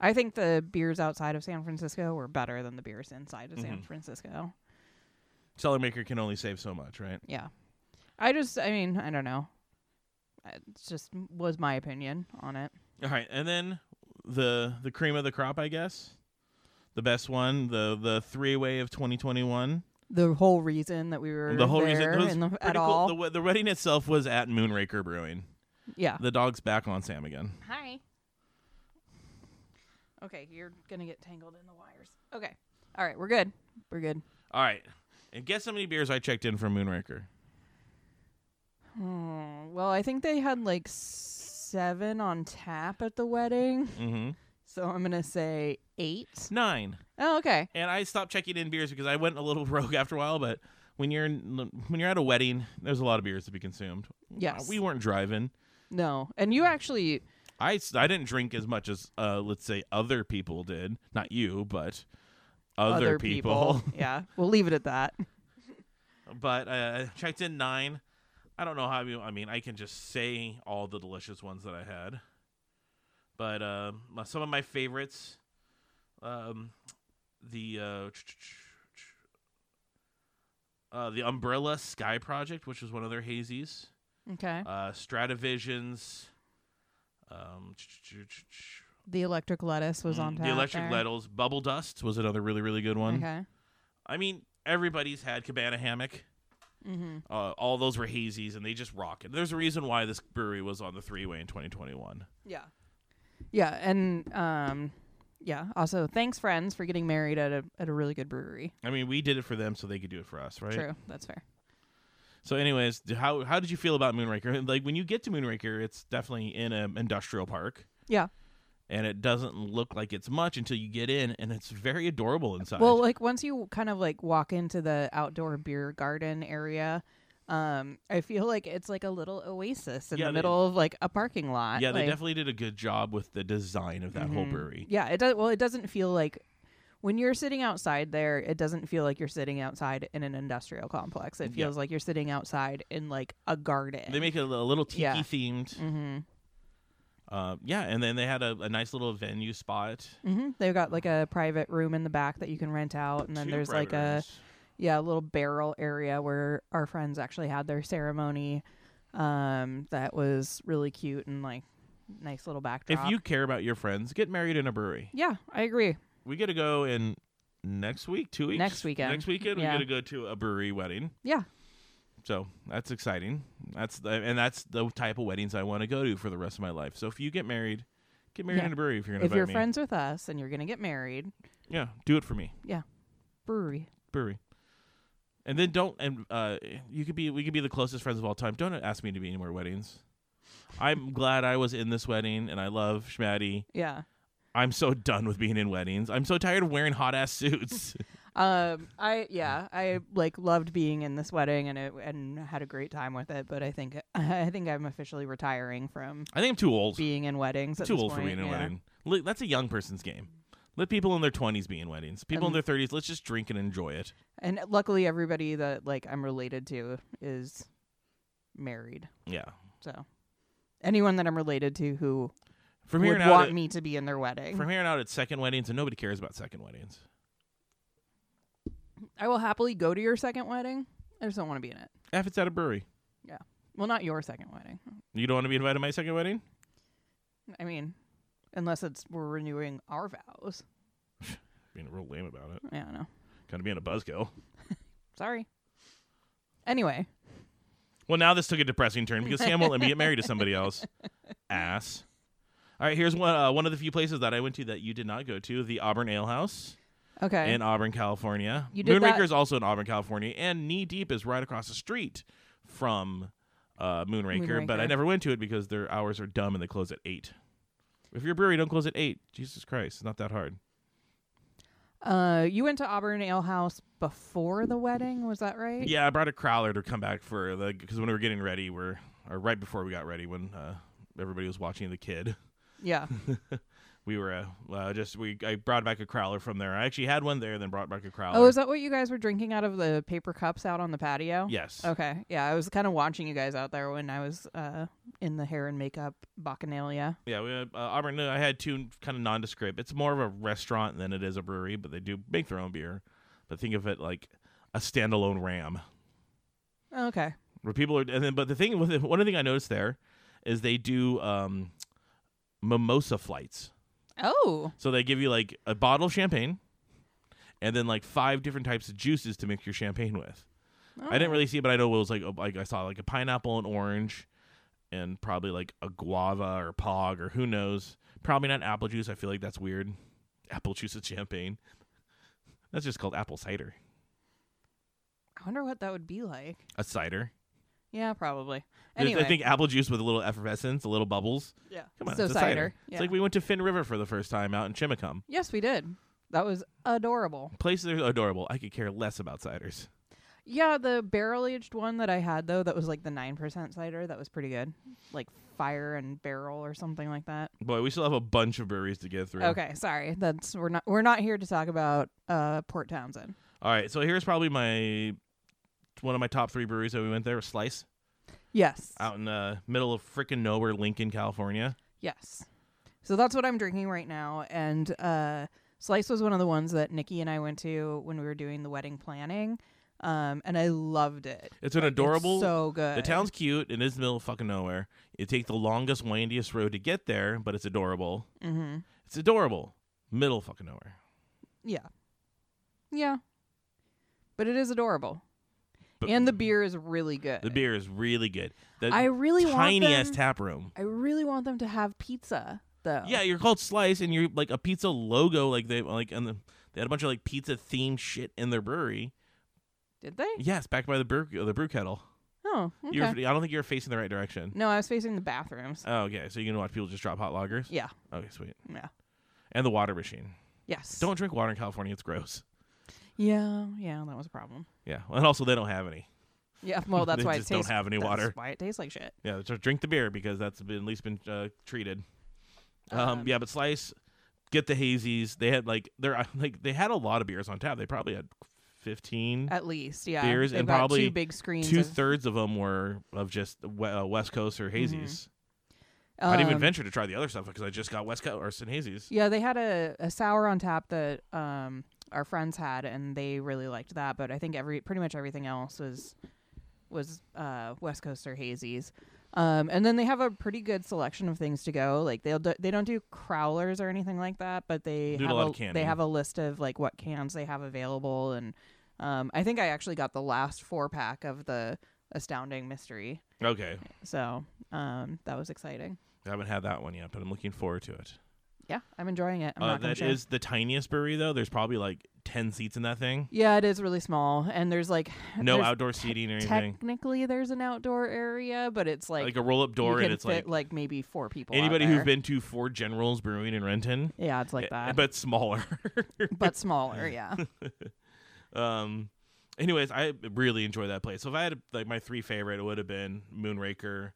I think the beers outside of San Francisco were better than the beers inside of San Mhm. Francisco. Cellar Maker can only save so much, right? Yeah. I just, I mean, I don't know. It's just was my opinion on it. All right, and then the the cream of the crop, I guess, the best one, the the three way of 2021. The whole reason that we were The whole there reason it was in the, pretty at cool. all. The, we- the wedding itself was at Moonraker Brewing. yeah. The dog's back on Sam again. Hi. Okay, you're gonna get tangled in the wires. Okay. All right, we're good. We're good. All right, and guess how many beers I checked in from Moonraker. Hmm, well, I think they had like seven on tap at the wedding, *laughs* Mm-hmm. so I'm gonna say eight. Nine. Oh, okay. and I stopped checking in beers because I went a little *laughs* rogue after a while. But when you're in, when you're at a wedding, there's a lot of beers to be consumed. Yes. we weren't driving. No, and you actually I, s- I didn't drink as much as uh, let's say other people did. Not you, but other, *laughs* people. yeah, we'll leave it at that. but uh, I checked in nine. I don't know how you. I mean, I can just say all the delicious ones that I had. But uh, my- some of my favorites, um, the uh, uh, the Umbrella Sky Project, which was one of their hazies, Okay. uh, Stratavisions. Um, The electric lettuce was on mm, tap. the Electric there. Lettles. Bubble Dust was another really really good one. Okay. I mean, everybody's had Cabana Hammock. Mm-hmm. Uh, all those were hazies, and they just rock it. There's a reason why this brewery was on the three way in 2021. Yeah. Yeah, and um, yeah. Also, thanks friends for getting married at a at a really good brewery. I mean, we did it for them, so they could do it for us, right? True, that's fair. So, anyways, d- how how did you feel about Moonraker? *laughs* Like when you get to Moonraker, it's definitely in an industrial park, Yeah. and it doesn't look like it's much until you get in, and it's very adorable inside. Well, like once you kind of like walk into the outdoor beer garden area, um, I feel like it's like a little oasis in Yeah, the they- middle of like a parking lot. yeah, they like- definitely did a good job with the design of that whole Mhm. brewery. Yeah, it does. Well, it doesn't feel like when you're sitting outside there, it doesn't feel like you're sitting outside in an industrial complex. It Yeah. feels like you're sitting outside in like a garden. They make it a little tiki Yeah. themed. hmm Uh, yeah, and then they had a, a nice little venue spot. hmm They've got like a private room in the back that you can rent out, and then Two there's like private a rooms. yeah, a little barrel area where our friends actually had their ceremony. Um, that was really cute and like nice little backdrop. If you care about your friends, get married in a brewery. yeah, I agree. We got to go in next week, two weeks. Next weekend. Next weekend, Yeah. we got to go to a brewery wedding. Yeah, So that's exciting. That's the, and that's the type of weddings I want to go to for the rest of my life. So if you get married, get married Yeah. in a brewery if you're going to if invite you're me. friends with us and you're gonna get married, yeah, do it for me, brewery. brewery. And then don't and uh, you could be we could be the closest friends of all time. Don't ask me to be any more weddings. I'm glad I was in this wedding, and I love Schmatty. Yeah. I'm so done with being in weddings. I'm so tired of wearing hot ass *laughs* suits. *laughs* Um, I yeah, I like loved being in this wedding and it and had a great time with it. But I think *laughs* I think I'm officially retiring from I think I'm too old. being in weddings. At too this old for point, being in a yeah. wedding. Li- That's a young person's game. Let people in their 20s be in weddings. People in Um, their 30s, let's just drink and enjoy it. And luckily, everybody that like I'm related to is married. Yeah. So anyone that I'm related to who From here would on out, want it, me to be in their wedding, from here on out, it's second weddings, and nobody cares about second weddings. I will happily go to your second wedding. I just don't want to be in it. If it's at a brewery, Well, not your second wedding. you don't want to be invited to my second wedding. I mean, unless it's we're renewing our vows. Being real lame about it, I don't know. kind of being a buzzkill. Sorry. Anyway, Well, now this took a depressing turn because Sam won't let me get married to *laughs* somebody else. Ass. All right, here's one uh, one of the few places that I went to that you did not go to: the Auburn Ale House okay. in Auburn, California. You did Moonraker that- is also in Auburn, California, and Knee Deep is right across the street from uh, Moonraker, But I Moonraker. never went to it because their hours are dumb and they close at eight. If your brewery don't close at eight, Jesus Christ, it's not that hard. Uh, you went to Auburn Ale House before the wedding, was that right? Yeah, I brought a crowler to come back for the because when we were getting ready, we're or right before we got ready when uh, everybody was watching the kid. *laughs* Yeah. We were uh, uh, just we I brought back a crowler from there. I actually had one there, then brought back a crowler. Oh, is that what you guys were drinking out of the paper cups out on the patio? yes. Okay. Yeah, I was kind of watching you guys out there when I was uh in the hair and makeup bacchanalia. Yeah, we, uh, Auburn. uh, I had two kind of nondescript. It's more of a restaurant than it is a brewery, but they do make their own beer. But think of it like a standalone ram, Okay. where people are. And then, but the thing with it, one thing I noticed there is they do um, mimosa flights. Oh. So they give you like a bottle of champagne, and then like five different types of juices to mix your champagne with. I didn't really see, it, but I know it was like a- like I saw like a pineapple and orange, and probably like a guava or pog or who knows. Probably not apple juice. I feel like that's weird. *laughs* Apple juice and champagne. That's just called apple cider. I wonder what that would be like. A cider. Yeah, probably. There's- Anyway. I think apple juice with a little effervescence, a little bubbles. yeah. Come on, so it's a cider. cider. Yeah. It's like we went to Finn River for the first time out in Chimicum. yes, we did. That was adorable. Places are adorable. I could care less about ciders. Yeah, the barrel aged one that I had though, that was like the nine percent cider. That was pretty good, like fire and barrel or something like that. Boy, we still have a bunch of breweries to get through. Okay, sorry. That's we're not we're not here to talk about uh Port Townsend. All right. So here's probably my one of my top three breweries that we went there. Slice. Yes. out in the middle of freaking nowhere, Lincoln, California. Yes. So that's what I'm drinking right now. And uh, Slice was one of the ones that Nikki and I went to when we were doing the wedding planning. Um, and I loved it. It's an Like, adorable. so good. the town's cute. It is the middle of fucking nowhere. You take the longest, windiest road to get there, but it's adorable. Mm-hmm. It's adorable. Middle of fucking nowhere. Yeah. Yeah. But it is adorable. But and the beer is really good. the beer is really good. The I really want tiny ass them- tap room. I really want them to have pizza though. Yeah, you're called Slice, and you're like a pizza logo. Like they like and the, they had a bunch of like pizza themed shit in their brewery. Did they? Yes, backed by the brew the brew kettle. Oh. Okay. You're, I don't think you're facing the right direction. no, I was facing the bathrooms. Oh, okay. So you can watch people just drop hot loggers. yeah. Okay, sweet. Yeah. And the water machine. Yes. Don't drink water in California. It's gross. Yeah. Yeah. That was a problem. Yeah, *laughs* and also they don't have any. Yeah. Well, that's *laughs* They why just it don't tastes. have any that's water. Why it tastes like shit. Yeah, just drink the beer because that's been at least been uh, treated. Um, Um, yeah, but Slice, get the hazies. They had like they're *laughs* uh, like they had a lot of beers on tap. They probably had fifteen. At least, yeah. Beers They've and got probably two big screens. Two of- thirds of them were of just we- uh, West Coast or hazies. Mm-hmm. um, I'd even venture to try the other stuff because I just got West Coast or some hazies. Yeah, they had a, a sour on tap that um our friends had, and they really liked that. But I think every pretty much everything else was was uh, West Coaster hazies. Um, and then they have a pretty good selection of things to go. Like they'll do, they don't do crowlers or anything like that, but they They do a have lot of they canning. have a list of like what cans they have available. And um, I think I actually got the last four pack of the astounding mystery, Okay, so um, that was exciting. I haven't had that one yet, but I'm looking forward to it. Yeah, I'm enjoying it. I'm uh, not gonna that change. is the tiniest brewery though. There's probably like ten seats in *laughs* that thing. Yeah, it is really small, and there's like No there's- outdoor seating or anything. Technically, there's an outdoor area, but it's like, Like, a roll up door, you can and it's fit like like, maybe four people. out Anybody there. who's been to Four Generals Brewing in Renton, yeah, it's like eh, that, but, but smaller. *laughs* smaller. Yeah, um, anyways, I really enjoy that place. So if I had like my three favorite, it would have been Moonraker,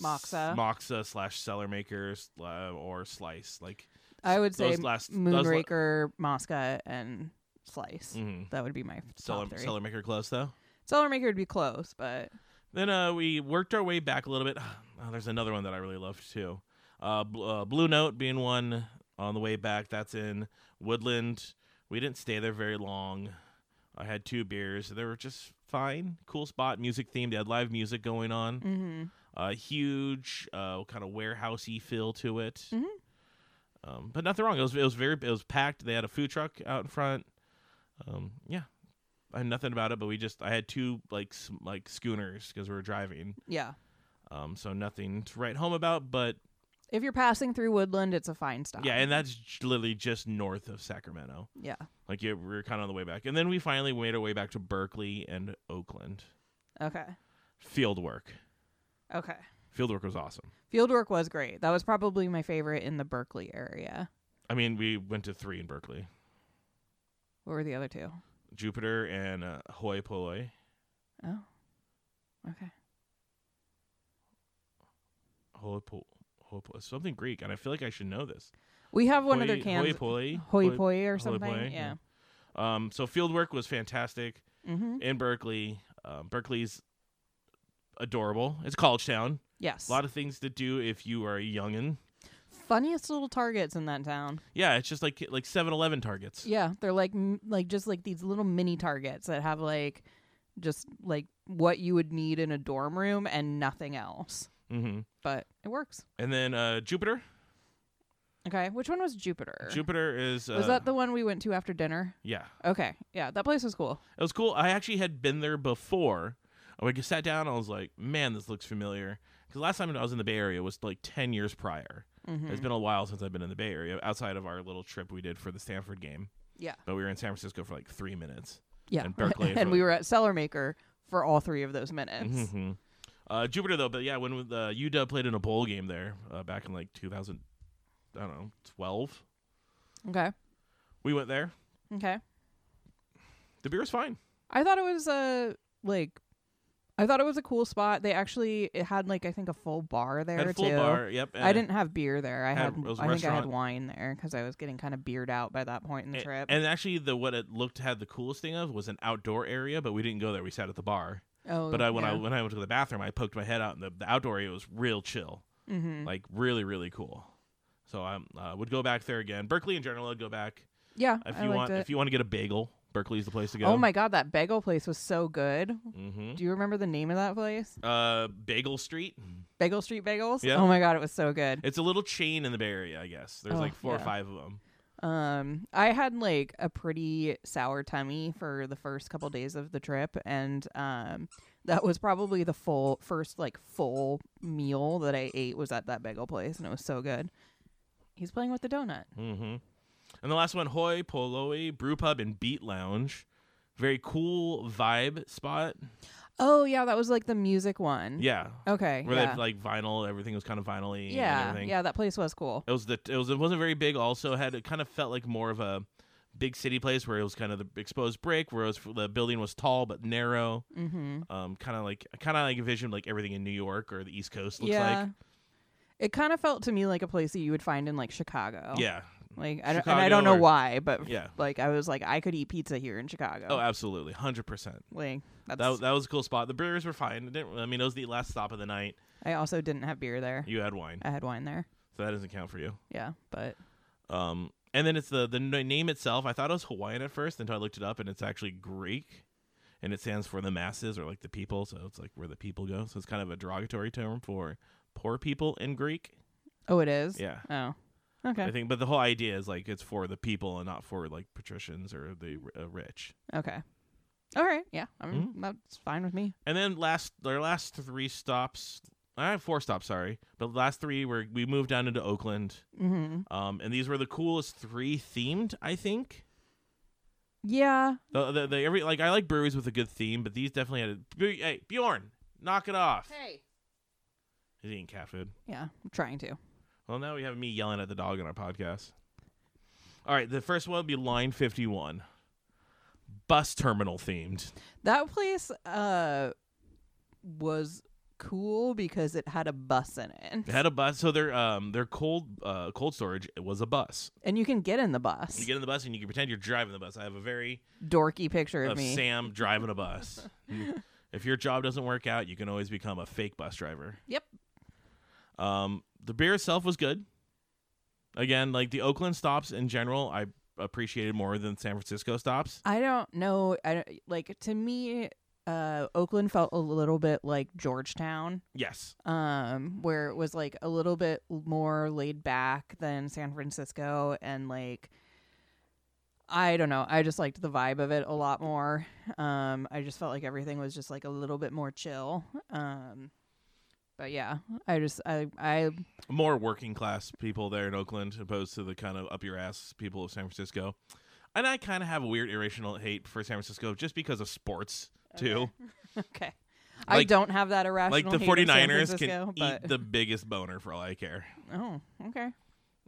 Moxa. S- Moxa slash Cellar Maker sla- or Slice. Like I would say those last those la- Moonraker, Mosca, and Slice. Mhm. That would be my Cellar, top three. Cellar Maker close though. Cellar Maker would be close, but Then uh, we worked our way back a little bit. *sighs* Oh, there's another one that I really loved too. Uh, Bl- uh, Blue Note being one on the way back. That's in Woodland. We didn't stay there very long. I had two beers. They were just fine. Cool spot, music themed. They had live music going on. hmm Uh, huge, uh, kind of warehousey feel to it. Mhm. Um, but nothing wrong. It was it was very it was packed. They had a food truck out in front. Um, yeah, I had nothing about it. But we just I had two like s- like schooners because we were driving. yeah. Um, so nothing to write home about, but If you're passing through Woodland, it's a fine stop. yeah, and that's j- literally just north of Sacramento. yeah. Like yeah, we were kind of on the way back, and then we finally made our way back to Berkeley and Oakland. Okay. Field work, Okay. field work was awesome. Fieldwork was great. That was probably my favorite in the Berkeley area. I mean, we went to three in Berkeley, What were the other two? Jupiter and uh, Hoi Polloi. Oh. Okay. Hoi Po- Hoi Po- something Greek, and I feel like I should know this. We have one Hoi- other Hoi cans. Polloi, Hoi poi or Hoi something. Polloi, yeah. Um, so field work was fantastic Mm-hmm. in Berkeley. Um, Berkeley's adorable. It's a college town. Yes. A lot of things to do if you are a youngin. Funniest little targets in that town. Yeah, it's just like like 7-Eleven targets. Yeah, they're like m- like just like these little mini targets that have like just like what you would need in a dorm room and nothing else. hmm But it works. And then uh, Jupiter. Okay, which one was Jupiter? Jupiter is uh, was that the one we went to after dinner? yeah. Okay, yeah, that place was cool. It was cool. I actually had been there before. I g- sat down. I was like, man, this looks familiar. Because last time I was in the Bay Area was like ten years prior. Mm-hmm. It's been a while since I've been in the Bay Area, outside of our little trip we did for the Stanford game. Yeah. But we were in San Francisco for like three minutes. Yeah, *laughs* and Berkeley for and we like- were at Cellar Maker for all three of those minutes. hmm Uh, Jupiter though, but yeah, when uh, UW played in a bowl game there uh, back in like 2000, I don't know, 12, Mm-hmm. Okay, we went there. okay. The beer was fine. I thought it was a like, I thought it was a cool spot. They actually it had like I think a full bar there had a full too. bar. Yep. I and- didn't have beer there. I had, had- it was a I think I had restaurant. wine there because I was getting kind of beard out by that point in the a- trip. And actually, the what it looked had the coolest thing of was an outdoor area, but we didn't go there. We sat at the bar. oh, But I, when I when I went to the bathroom, I poked my head out, and the, the outdoor area was real chill, I mm-hmm. like really really cool. So I uh, would go back there again. Berkeley in general, I'd go back yeah, if I you liked want. it. If you want to get a bagel, Berkeley's the place to go. oh my god, that bagel place was so good. hmm Do you remember the name of that place? Uh, Bagel Street. Bagel Street Bagels. Yeah. Oh my god, it was so good. It's a little chain in the Bay Area, I guess. There's Oh, like four or yeah. five of them. Um, I had like a pretty sour tummy for the first couple days of the trip, and um, that was probably the full first like full meal that I ate was at that bagel place, and it was so good. He's playing with the donut. Mm-hmm. And the last one, Hoi Poloi Brew Pub and Beat Lounge, very cool vibe spot. Oh yeah, that was like the music one. Yeah, Okay. where they yeah. had like vinyl, everything was kind of vinyl-y and yeah. everything. Yeah. That place was cool. It was the it was it wasn't very big. Also had it kind of felt like more of a big city place where it was kind of the exposed brick, where it was, the building was tall but narrow. Mm-hmm. Um, kind of like kind of like a vision of, like everything in New York or the East Coast looks yeah. It kind of felt to me like a place that you would find in like Chicago. like. Yeah, Like I don't, and I don't Chicago know or- why, but yeah. like I was like I could eat pizza here in Chicago. Oh, absolutely, hundred percent. like that's That that was a cool spot. The brewers were fine. It didn't, I mean, it was the last stop of the night. I also didn't have beer there. You had wine, I had wine there. so that doesn't count for you. Yeah, but Um, and then it's the the n- name itself. I thought it was Hawaiian at first until I looked it up, and it's actually Greek, and it stands for the masses or like the people. So it's like where the people go. So it's kind of a derogatory term for poor people in Greek. oh, it is. Yeah, Oh, I okay, think. But the whole idea is like it's for the people and not for like patricians or the r- uh, rich. okay, all right. Yeah, I'm, Mm-hmm. that's fine with me. And then last their last three stops. I have four stops, sorry, but the last three were we moved down into Oakland, hmm um, and these were the coolest three themed, I think. Yeah, The, the, the every like I like breweries with a good theme, but these definitely had a. B- Hey Bjorn, knock it off! Hey. He's eating cat food. yeah. I'm trying to. Well, now we have me yelling at the dog on our podcast. All right, the first one would be line fifty-one, bus terminal themed. That place uh was cool because it had a bus in it, It had a bus, so their um their cold uh cold storage was a bus. and you can get in the bus. You get in the bus and you can pretend you're driving the bus. I have a very Dorky picture of of me. Sam driving a *laughs* bus. if your job doesn't work out, you can always become a fake bus driver. Yep. Um, the beer itself was good. Again, like the Oakland stops in general, I appreciated more than San Francisco stops. I don't know. I don't, like to me, uh, Oakland felt a little bit like Georgetown. Yes. um, where it was like a little bit more laid back than San Francisco, and like I don't know, I just liked the vibe of it a lot more. Um, I just felt like everything was just like a little bit more chill. Um, but yeah, I just I I *laughs* More working class people there in Oakland opposed to the kind of up your ass people of San Francisco. And I kind of have a weird irrational hate for San Francisco just because of sports, too. okay. I Like- don't have that irrational. Like the hate of San 49ers can Francisco, but, eat the biggest boner for all I care. *laughs* Oh, okay.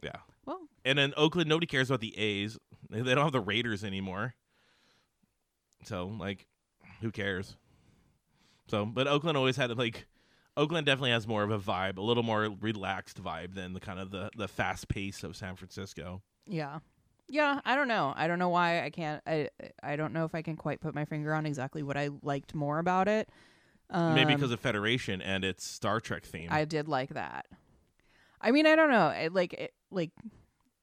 Yeah. Well, And in Oakland, nobody cares about the A's. They they don't have the Raiders anymore. So, like, who cares? So, but Oakland always had like, Oakland definitely has more of a vibe, a little more relaxed vibe than the kind of the the fast pace of San Francisco. yeah. Yeah, I don't know. I don't know why I can't. I I don't know if I can quite put my finger on exactly what I liked more about it. Um, Maybe because of Federation and its Star Trek theme. I did like that. I mean, I don't know. It, like, it, like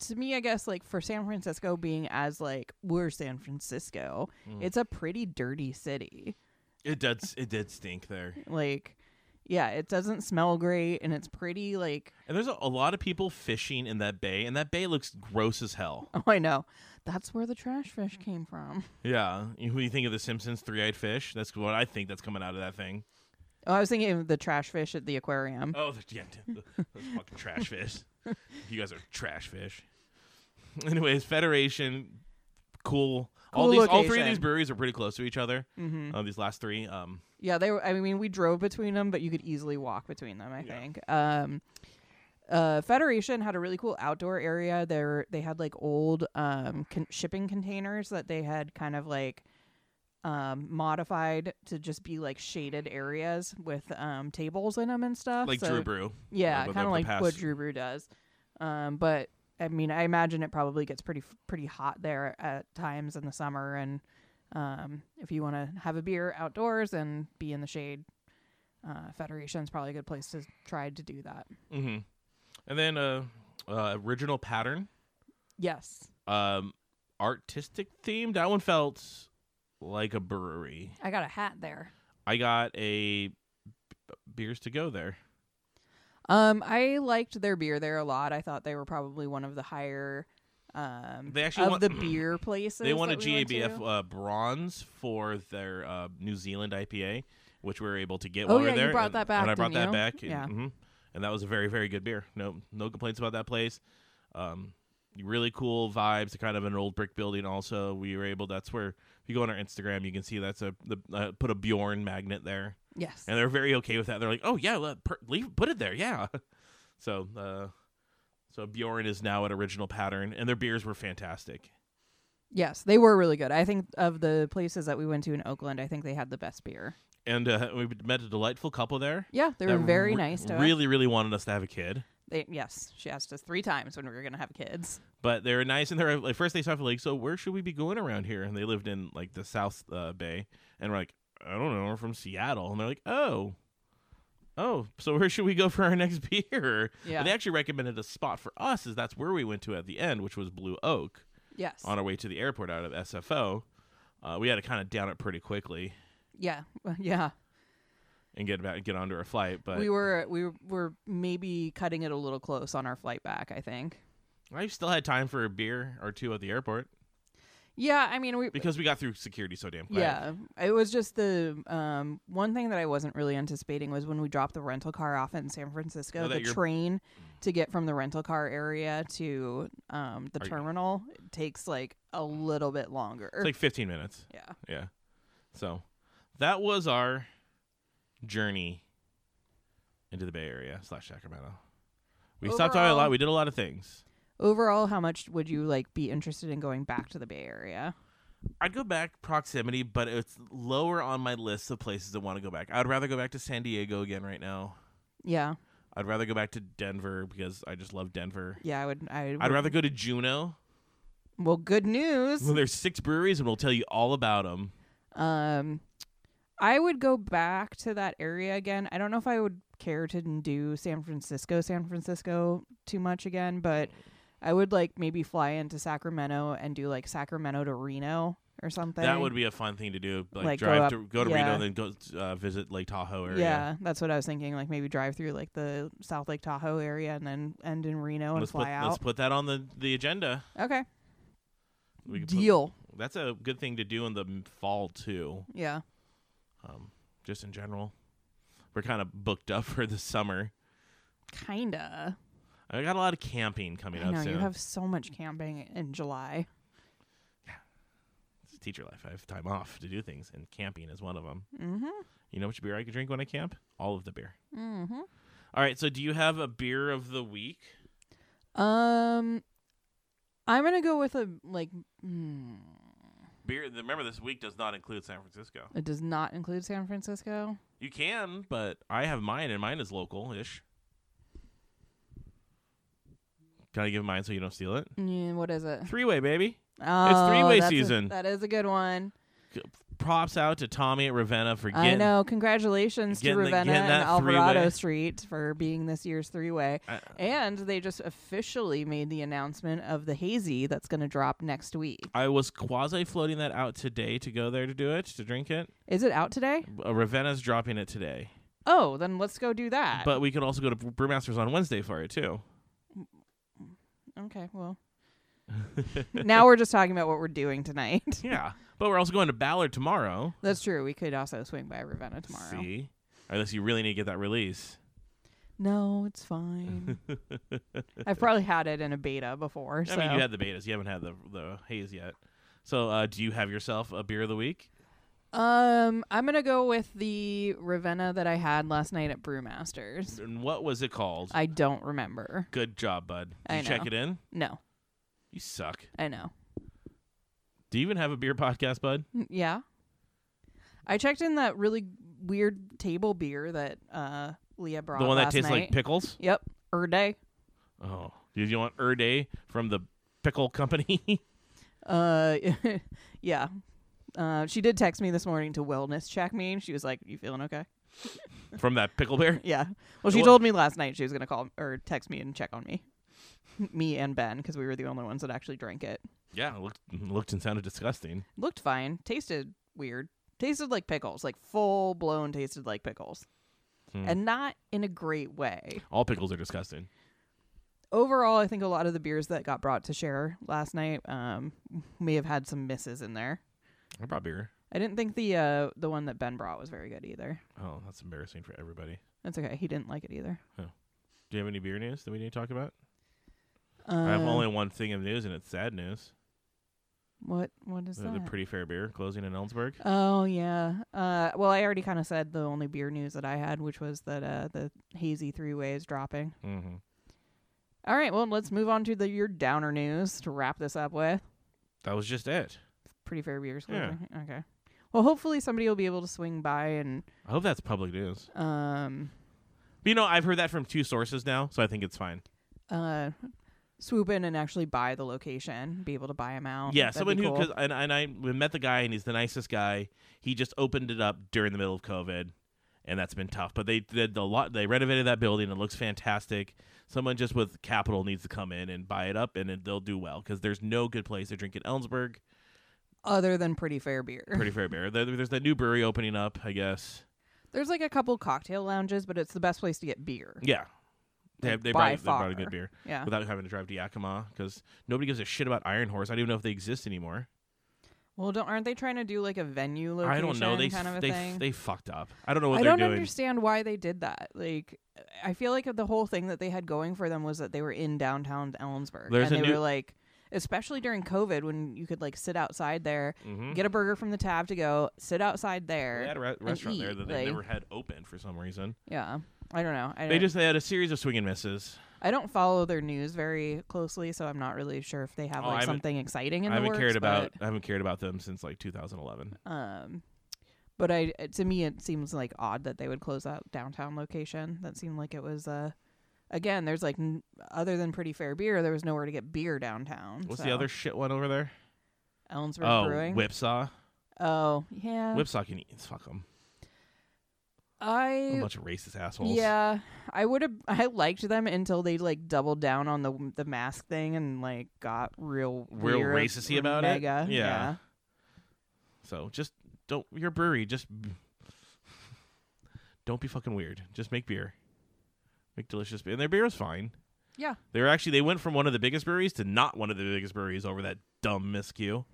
to me, I guess like for San Francisco being as like we're San Francisco, Mm. it's a pretty dirty city. it does. It did stink there. Like, yeah, it doesn't smell great, and it's pretty like *laughs* And there's a, a lot of people fishing in that bay, and that bay looks gross as hell. oh, I know that's where the trash fish came from. Yeah. You- What do you think of the Simpsons three-eyed fish? That's what I think that's coming out of that thing. Oh, I was thinking of the trash fish at the aquarium. Oh, the, yeah, t- th- those fucking trash fish. You guys are trash fish. *laughs* Anyways, Federation, cool. all Cool these, all three of these location. breweries are pretty close to each other. hmm Uh, these last three, um, Yeah, they were. I mean, we drove between them, but you could easily walk between them. I Yeah. think. Um, uh, Federation had a really cool outdoor area. There, they had like old um con- shipping containers that they had kind of like um modified to just be like shaded areas with um tables in them and stuff. like so, Drew Brew. Yeah, but kind the of like what past- Drew Brew does. Um, but I mean, I imagine it probably gets pretty f- pretty hot there at times in the summer, and um, if you want to have a beer outdoors and be in the shade, uh, Federation's probably a good place to try to do that. Mm-hmm. And then uh, uh, original pattern, Yes, um, artistic theme. That one felt like a brewery. I got a hat there. I got a b- beers to go there. Um, I liked their beer there a lot. I thought they were probably one of the higher um, They actually of *clears throat* want- the beer places. They won a that we went GABF to. uh, bronze for their uh, New Zealand IPA, which we were able to get Oh, while we yeah, were you there. brought and, that back, and I brought didn't you? that back. Yeah. And, mhm. and that was a very, very good beer. No, no complaints about that place. Um, really cool vibes. Kind of an old brick building. Also, we were able. That's where if you go on our Instagram, you can see that's a the, uh, put a Bjorn magnet there, Yes. and they're very okay with that. They're like, oh yeah, let, per, leave, put it there. Yeah. *laughs* So, uh, so Bjorn is now at original pattern, and their beers were fantastic. Yes, they were really good. I think of the places that we went to in Oakland, I think they had the best beer. and uh, we met a delightful couple there. Yeah, they were that very re- nice to us. Really, really wanted us to have a kid, They, yes, she asked us three times when we were going to have kids. but they were nice. And they were like, first they stopped like, so where should we be going around here? And they lived in like the South uh, Bay, and we're like, I don't know, we're from Seattle, and they're like, oh. Oh, so where should we go for our next *laughs* beer? Yeah. And they actually recommended a spot for us, is that's where we went to at the end, which was Blue Oak Yes. on our way to the airport out of SFO. Uh, we had to kind of down it pretty quickly yeah. *laughs* Well, Yeah. and get back get onto our flight. But we were we were maybe cutting it a little close on our flight back, I think. I still had time for a beer or two at the airport. Yeah, I mean we because we got through security so damn quick. Yeah, it was just the um, one thing that I wasn't really anticipating was when we dropped the rental car off in San Francisco, No, that the you're- Mm. train to get from the rental car area to um, the Are you- terminal takes like a little bit longer. it's like 15 minutes. yeah, Yeah, so that was our journey into the Bay Area slash Sacramento. We stopped by a lot. Overall- We did a lot of things. overall, how much would you like be interested in going back to the Bay Area? I'd go back proximity, but it's lower on my list of places I want to go back. I'd rather go back to San Diego again right now. Yeah, I'd rather go back to Denver because I just love Denver. yeah, I would. I would I'd rather go to Juneau. Well, good news. Well, there's six breweries, and we'll tell you all about them. Um, I would go back to that area again. I don't know if I would care to do San Francisco, San Francisco too much again, but I would like maybe fly into Sacramento and do like Sacramento to Reno or something. That would be a fun thing to do. Like, Like, go drive up- to go to yeah. Reno, then go uh, visit Lake Tahoe area. yeah, that's what I was thinking. Like maybe drive through like the South Lake Tahoe area and then end in Reno and let's fly put, out. Let's put that on the, the agenda. okay, We could put- deal. that's a good thing to do in the m- fall too. yeah, Um, just in general, we're kind of booked up *laughs* for the summer. kinda. I got a lot of camping coming I up know soon. you have so much camping in July. it's teacher life. I have time off to do things, and camping is one of them. Mm-hmm. You know which beer I could drink when I camp? All of the beer. Mm-hmm. All right. So, do you have a beer of the week? Um, I'm gonna go with a like. Mm, Beer. Remember, this week does not include San Francisco. it does not include San Francisco. You can, but I have mine, and mine is local ish. Can I give mine so you don't steal it? Mm, what is it? Three way, baby. Oh, three-way that's a- season. that is a good one. Props out to Tommy at Ravenna for getting. I know. Congratulations to getting the- Ravenna and getting that three-way. Alvarado Street for being this year's three-way. I- And they just officially made the announcement of the hazy that's going to drop next week. I was quasi floating that out today to go there to do it to drink it. Is it out today? Uh, Ravenna's dropping it today, Oh, then let's go do that. but we could also go to Brewmasters on Wednesday for *laughs* it too. okay, *laughs* well. now we're just talking about what we're doing tonight. *laughs* Yeah, but we're also going to Ballard tomorrow. That's true. We could also swing by Ravenna tomorrow. See, unless you really need to get that release. No, it's *laughs* fine. I've probably had it in a beta before. So I mean, you had the betas. You haven't had the the haze yet. So, uh, do you have yourself a beer of the week? um, I'm gonna go with the Ravenna that I had last night at Brewmasters. And what was it called? I don't remember. Good job, bud. Did I you check know. it in? No, You suck. I know. Do you even have a beer podcast, bud? Mm, Yeah, I checked in that really weird table beer that uh Leah brought. the one that last tastes like night. pickles. Yep, er Erde. Oh, did you want Erde from the pickle company? *laughs* Uh, *laughs* yeah. Uh, she did text me this morning to wellness check me, and she was like, "You feeling okay?" from that pickle beer? Yeah. Well, she Well- told me last night she was going to call or text me and check on me. *laughs* me and Ben, because we were the only ones that actually drank it. Yeah, it looked looked and sounded disgusting. Looked fine. Tasted weird. Tasted like pickles, like full blown tasted like pickles. Hmm. And not in a great way. All pickles are disgusting. overall, I think a lot of the beers that got brought to share last night um, may have had some misses in there. I brought beer. I didn't think the uh, the one that Ben brought was very good either. Oh, that's embarrassing for everybody. That's okay. He didn't like it either. Do you have any beer news that we need to talk about? Um, I have only one thing of news, and it's sad news. what what is The, that? the pretty fair beer closing in Ellsberg. Oh yeah. Uh, well, I already kind of said the only beer news that I had, which was that uh, the hazy three way is dropping. Mm-hmm. All right. Well, let's move on to the your downer news to wrap this up with. That was just it. Pretty fair beers. Yeah. closing. Okay. Well, hopefully somebody will be able to swing by and I hope that's public news. um But you know, I've heard that from two sources now, so I think it's fine. uh swoop in and actually buy the location, be able to buy them out. yeah, That'd be someone who, cool. cause, and, and I we met the guy, and he's the nicest guy. He just opened it up during the middle of COVID, and that's been tough. But they did a lot. They renovated that building. It looks fantastic. Someone just with capital needs to come in and buy it up, and it, they'll do well because there's no good place to drink in Ellsberg. other than pretty fair beer. Pretty fair beer. There, there's that new brewery opening up, I guess. There's like a couple cocktail lounges, but it's the best place to get beer. Yeah, they Like, they by brought, they brought a far. Uh-huh. good beer Yeah. without having to drive to Yakima because nobody gives a shit about Iron Horse. I don't even know if they exist anymore. Well, don't aren't they trying to do like a venue location I don't know. They kind of a they thing? they fucked up. I don't know what I they're don't doing. understand why they did that. Like I feel like the whole thing that they had going for them was that they were in downtown Ellensburg There's and a they new- were like especially during COVID when you could like sit outside there, Mhm. get a burger from the tab to go, sit outside there. They had a re- restaurant there eat, that they like- never had open for some reason. Yeah. I don't know. I They don't, just they had a series of swing and misses. I don't follow their news very closely, so I'm not really sure if they have Oh, I like haven't- something exciting in I the haven't works. cared about but, I haven't cared about them since like 2011. um but I uh, to me it seems like odd that they would close that downtown location. That seemed like it was uh again, there's like n- other than pretty fair beer, there was nowhere to get beer downtown. What's so- the other shit one over there? Ellensburg Oh, Brewing? Whipsaw. Oh, yeah. Whipsaw can eat. Fuck them. A I bunch of racist assholes. Yeah, I would have. I liked them until they like doubled down on the the mask thing and like got real Real weird, racy about it? mega. Yeah. So just don't. Your brewery just *laughs* don't be fucking weird. Just make beer. Make delicious beer. And their beer is fine. Yeah. They were actually they went from one of the biggest breweries to not one of the biggest breweries over that dumb miscue.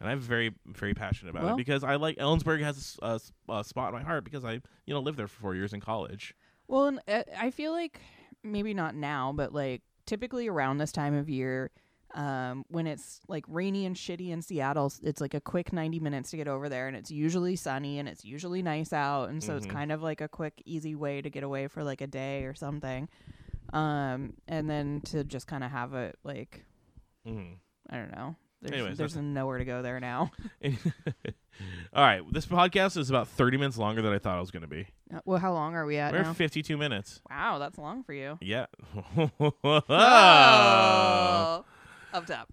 And I'm very very passionate about Well- it because I like Ellensburg has a s- a, s- a spot in my heart because I you know lived there for four years in college. Well, and uh, I feel like maybe not now, but like typically around this time of year, um, when it's like rainy and shitty in Seattle, s- it's like a quick ninety minutes to get over there, and it's usually sunny and it's usually nice out, and so it's Mhm. kind of like a quick, easy way to get away for like a day or something, um, and then to just kind of have it like Mm. I don't know. There's, Anyways, there's nowhere to go there now. *laughs* All right, this podcast is about 30 minutes longer than I thought it was going to be. Uh, Well, how long are we at We're now? at 52 minutes. wow, that's long for you. Yeah. Ah. Oh, up top.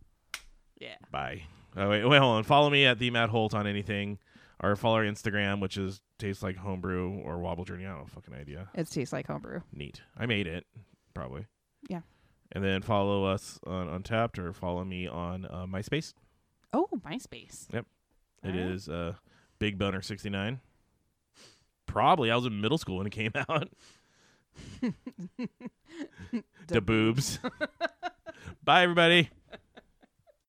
Yeah. *laughs* Bye. Oh, wait, wait, hold on. Follow me at the Matt Holt on anything, or follow our Instagram, which is tastes like homebrew or wobble journey. I don't have a fucking idea. It tastes like homebrew. Neat. I made it, probably. Yeah. And then follow us on Untapped or follow me on uh, MySpace. Oh, MySpace. It Alright. is uh, Big Boner sixty nine. Probably I was in middle school when it came *laughs* out. *laughs* Da *laughs* the boobs. Bye, everybody.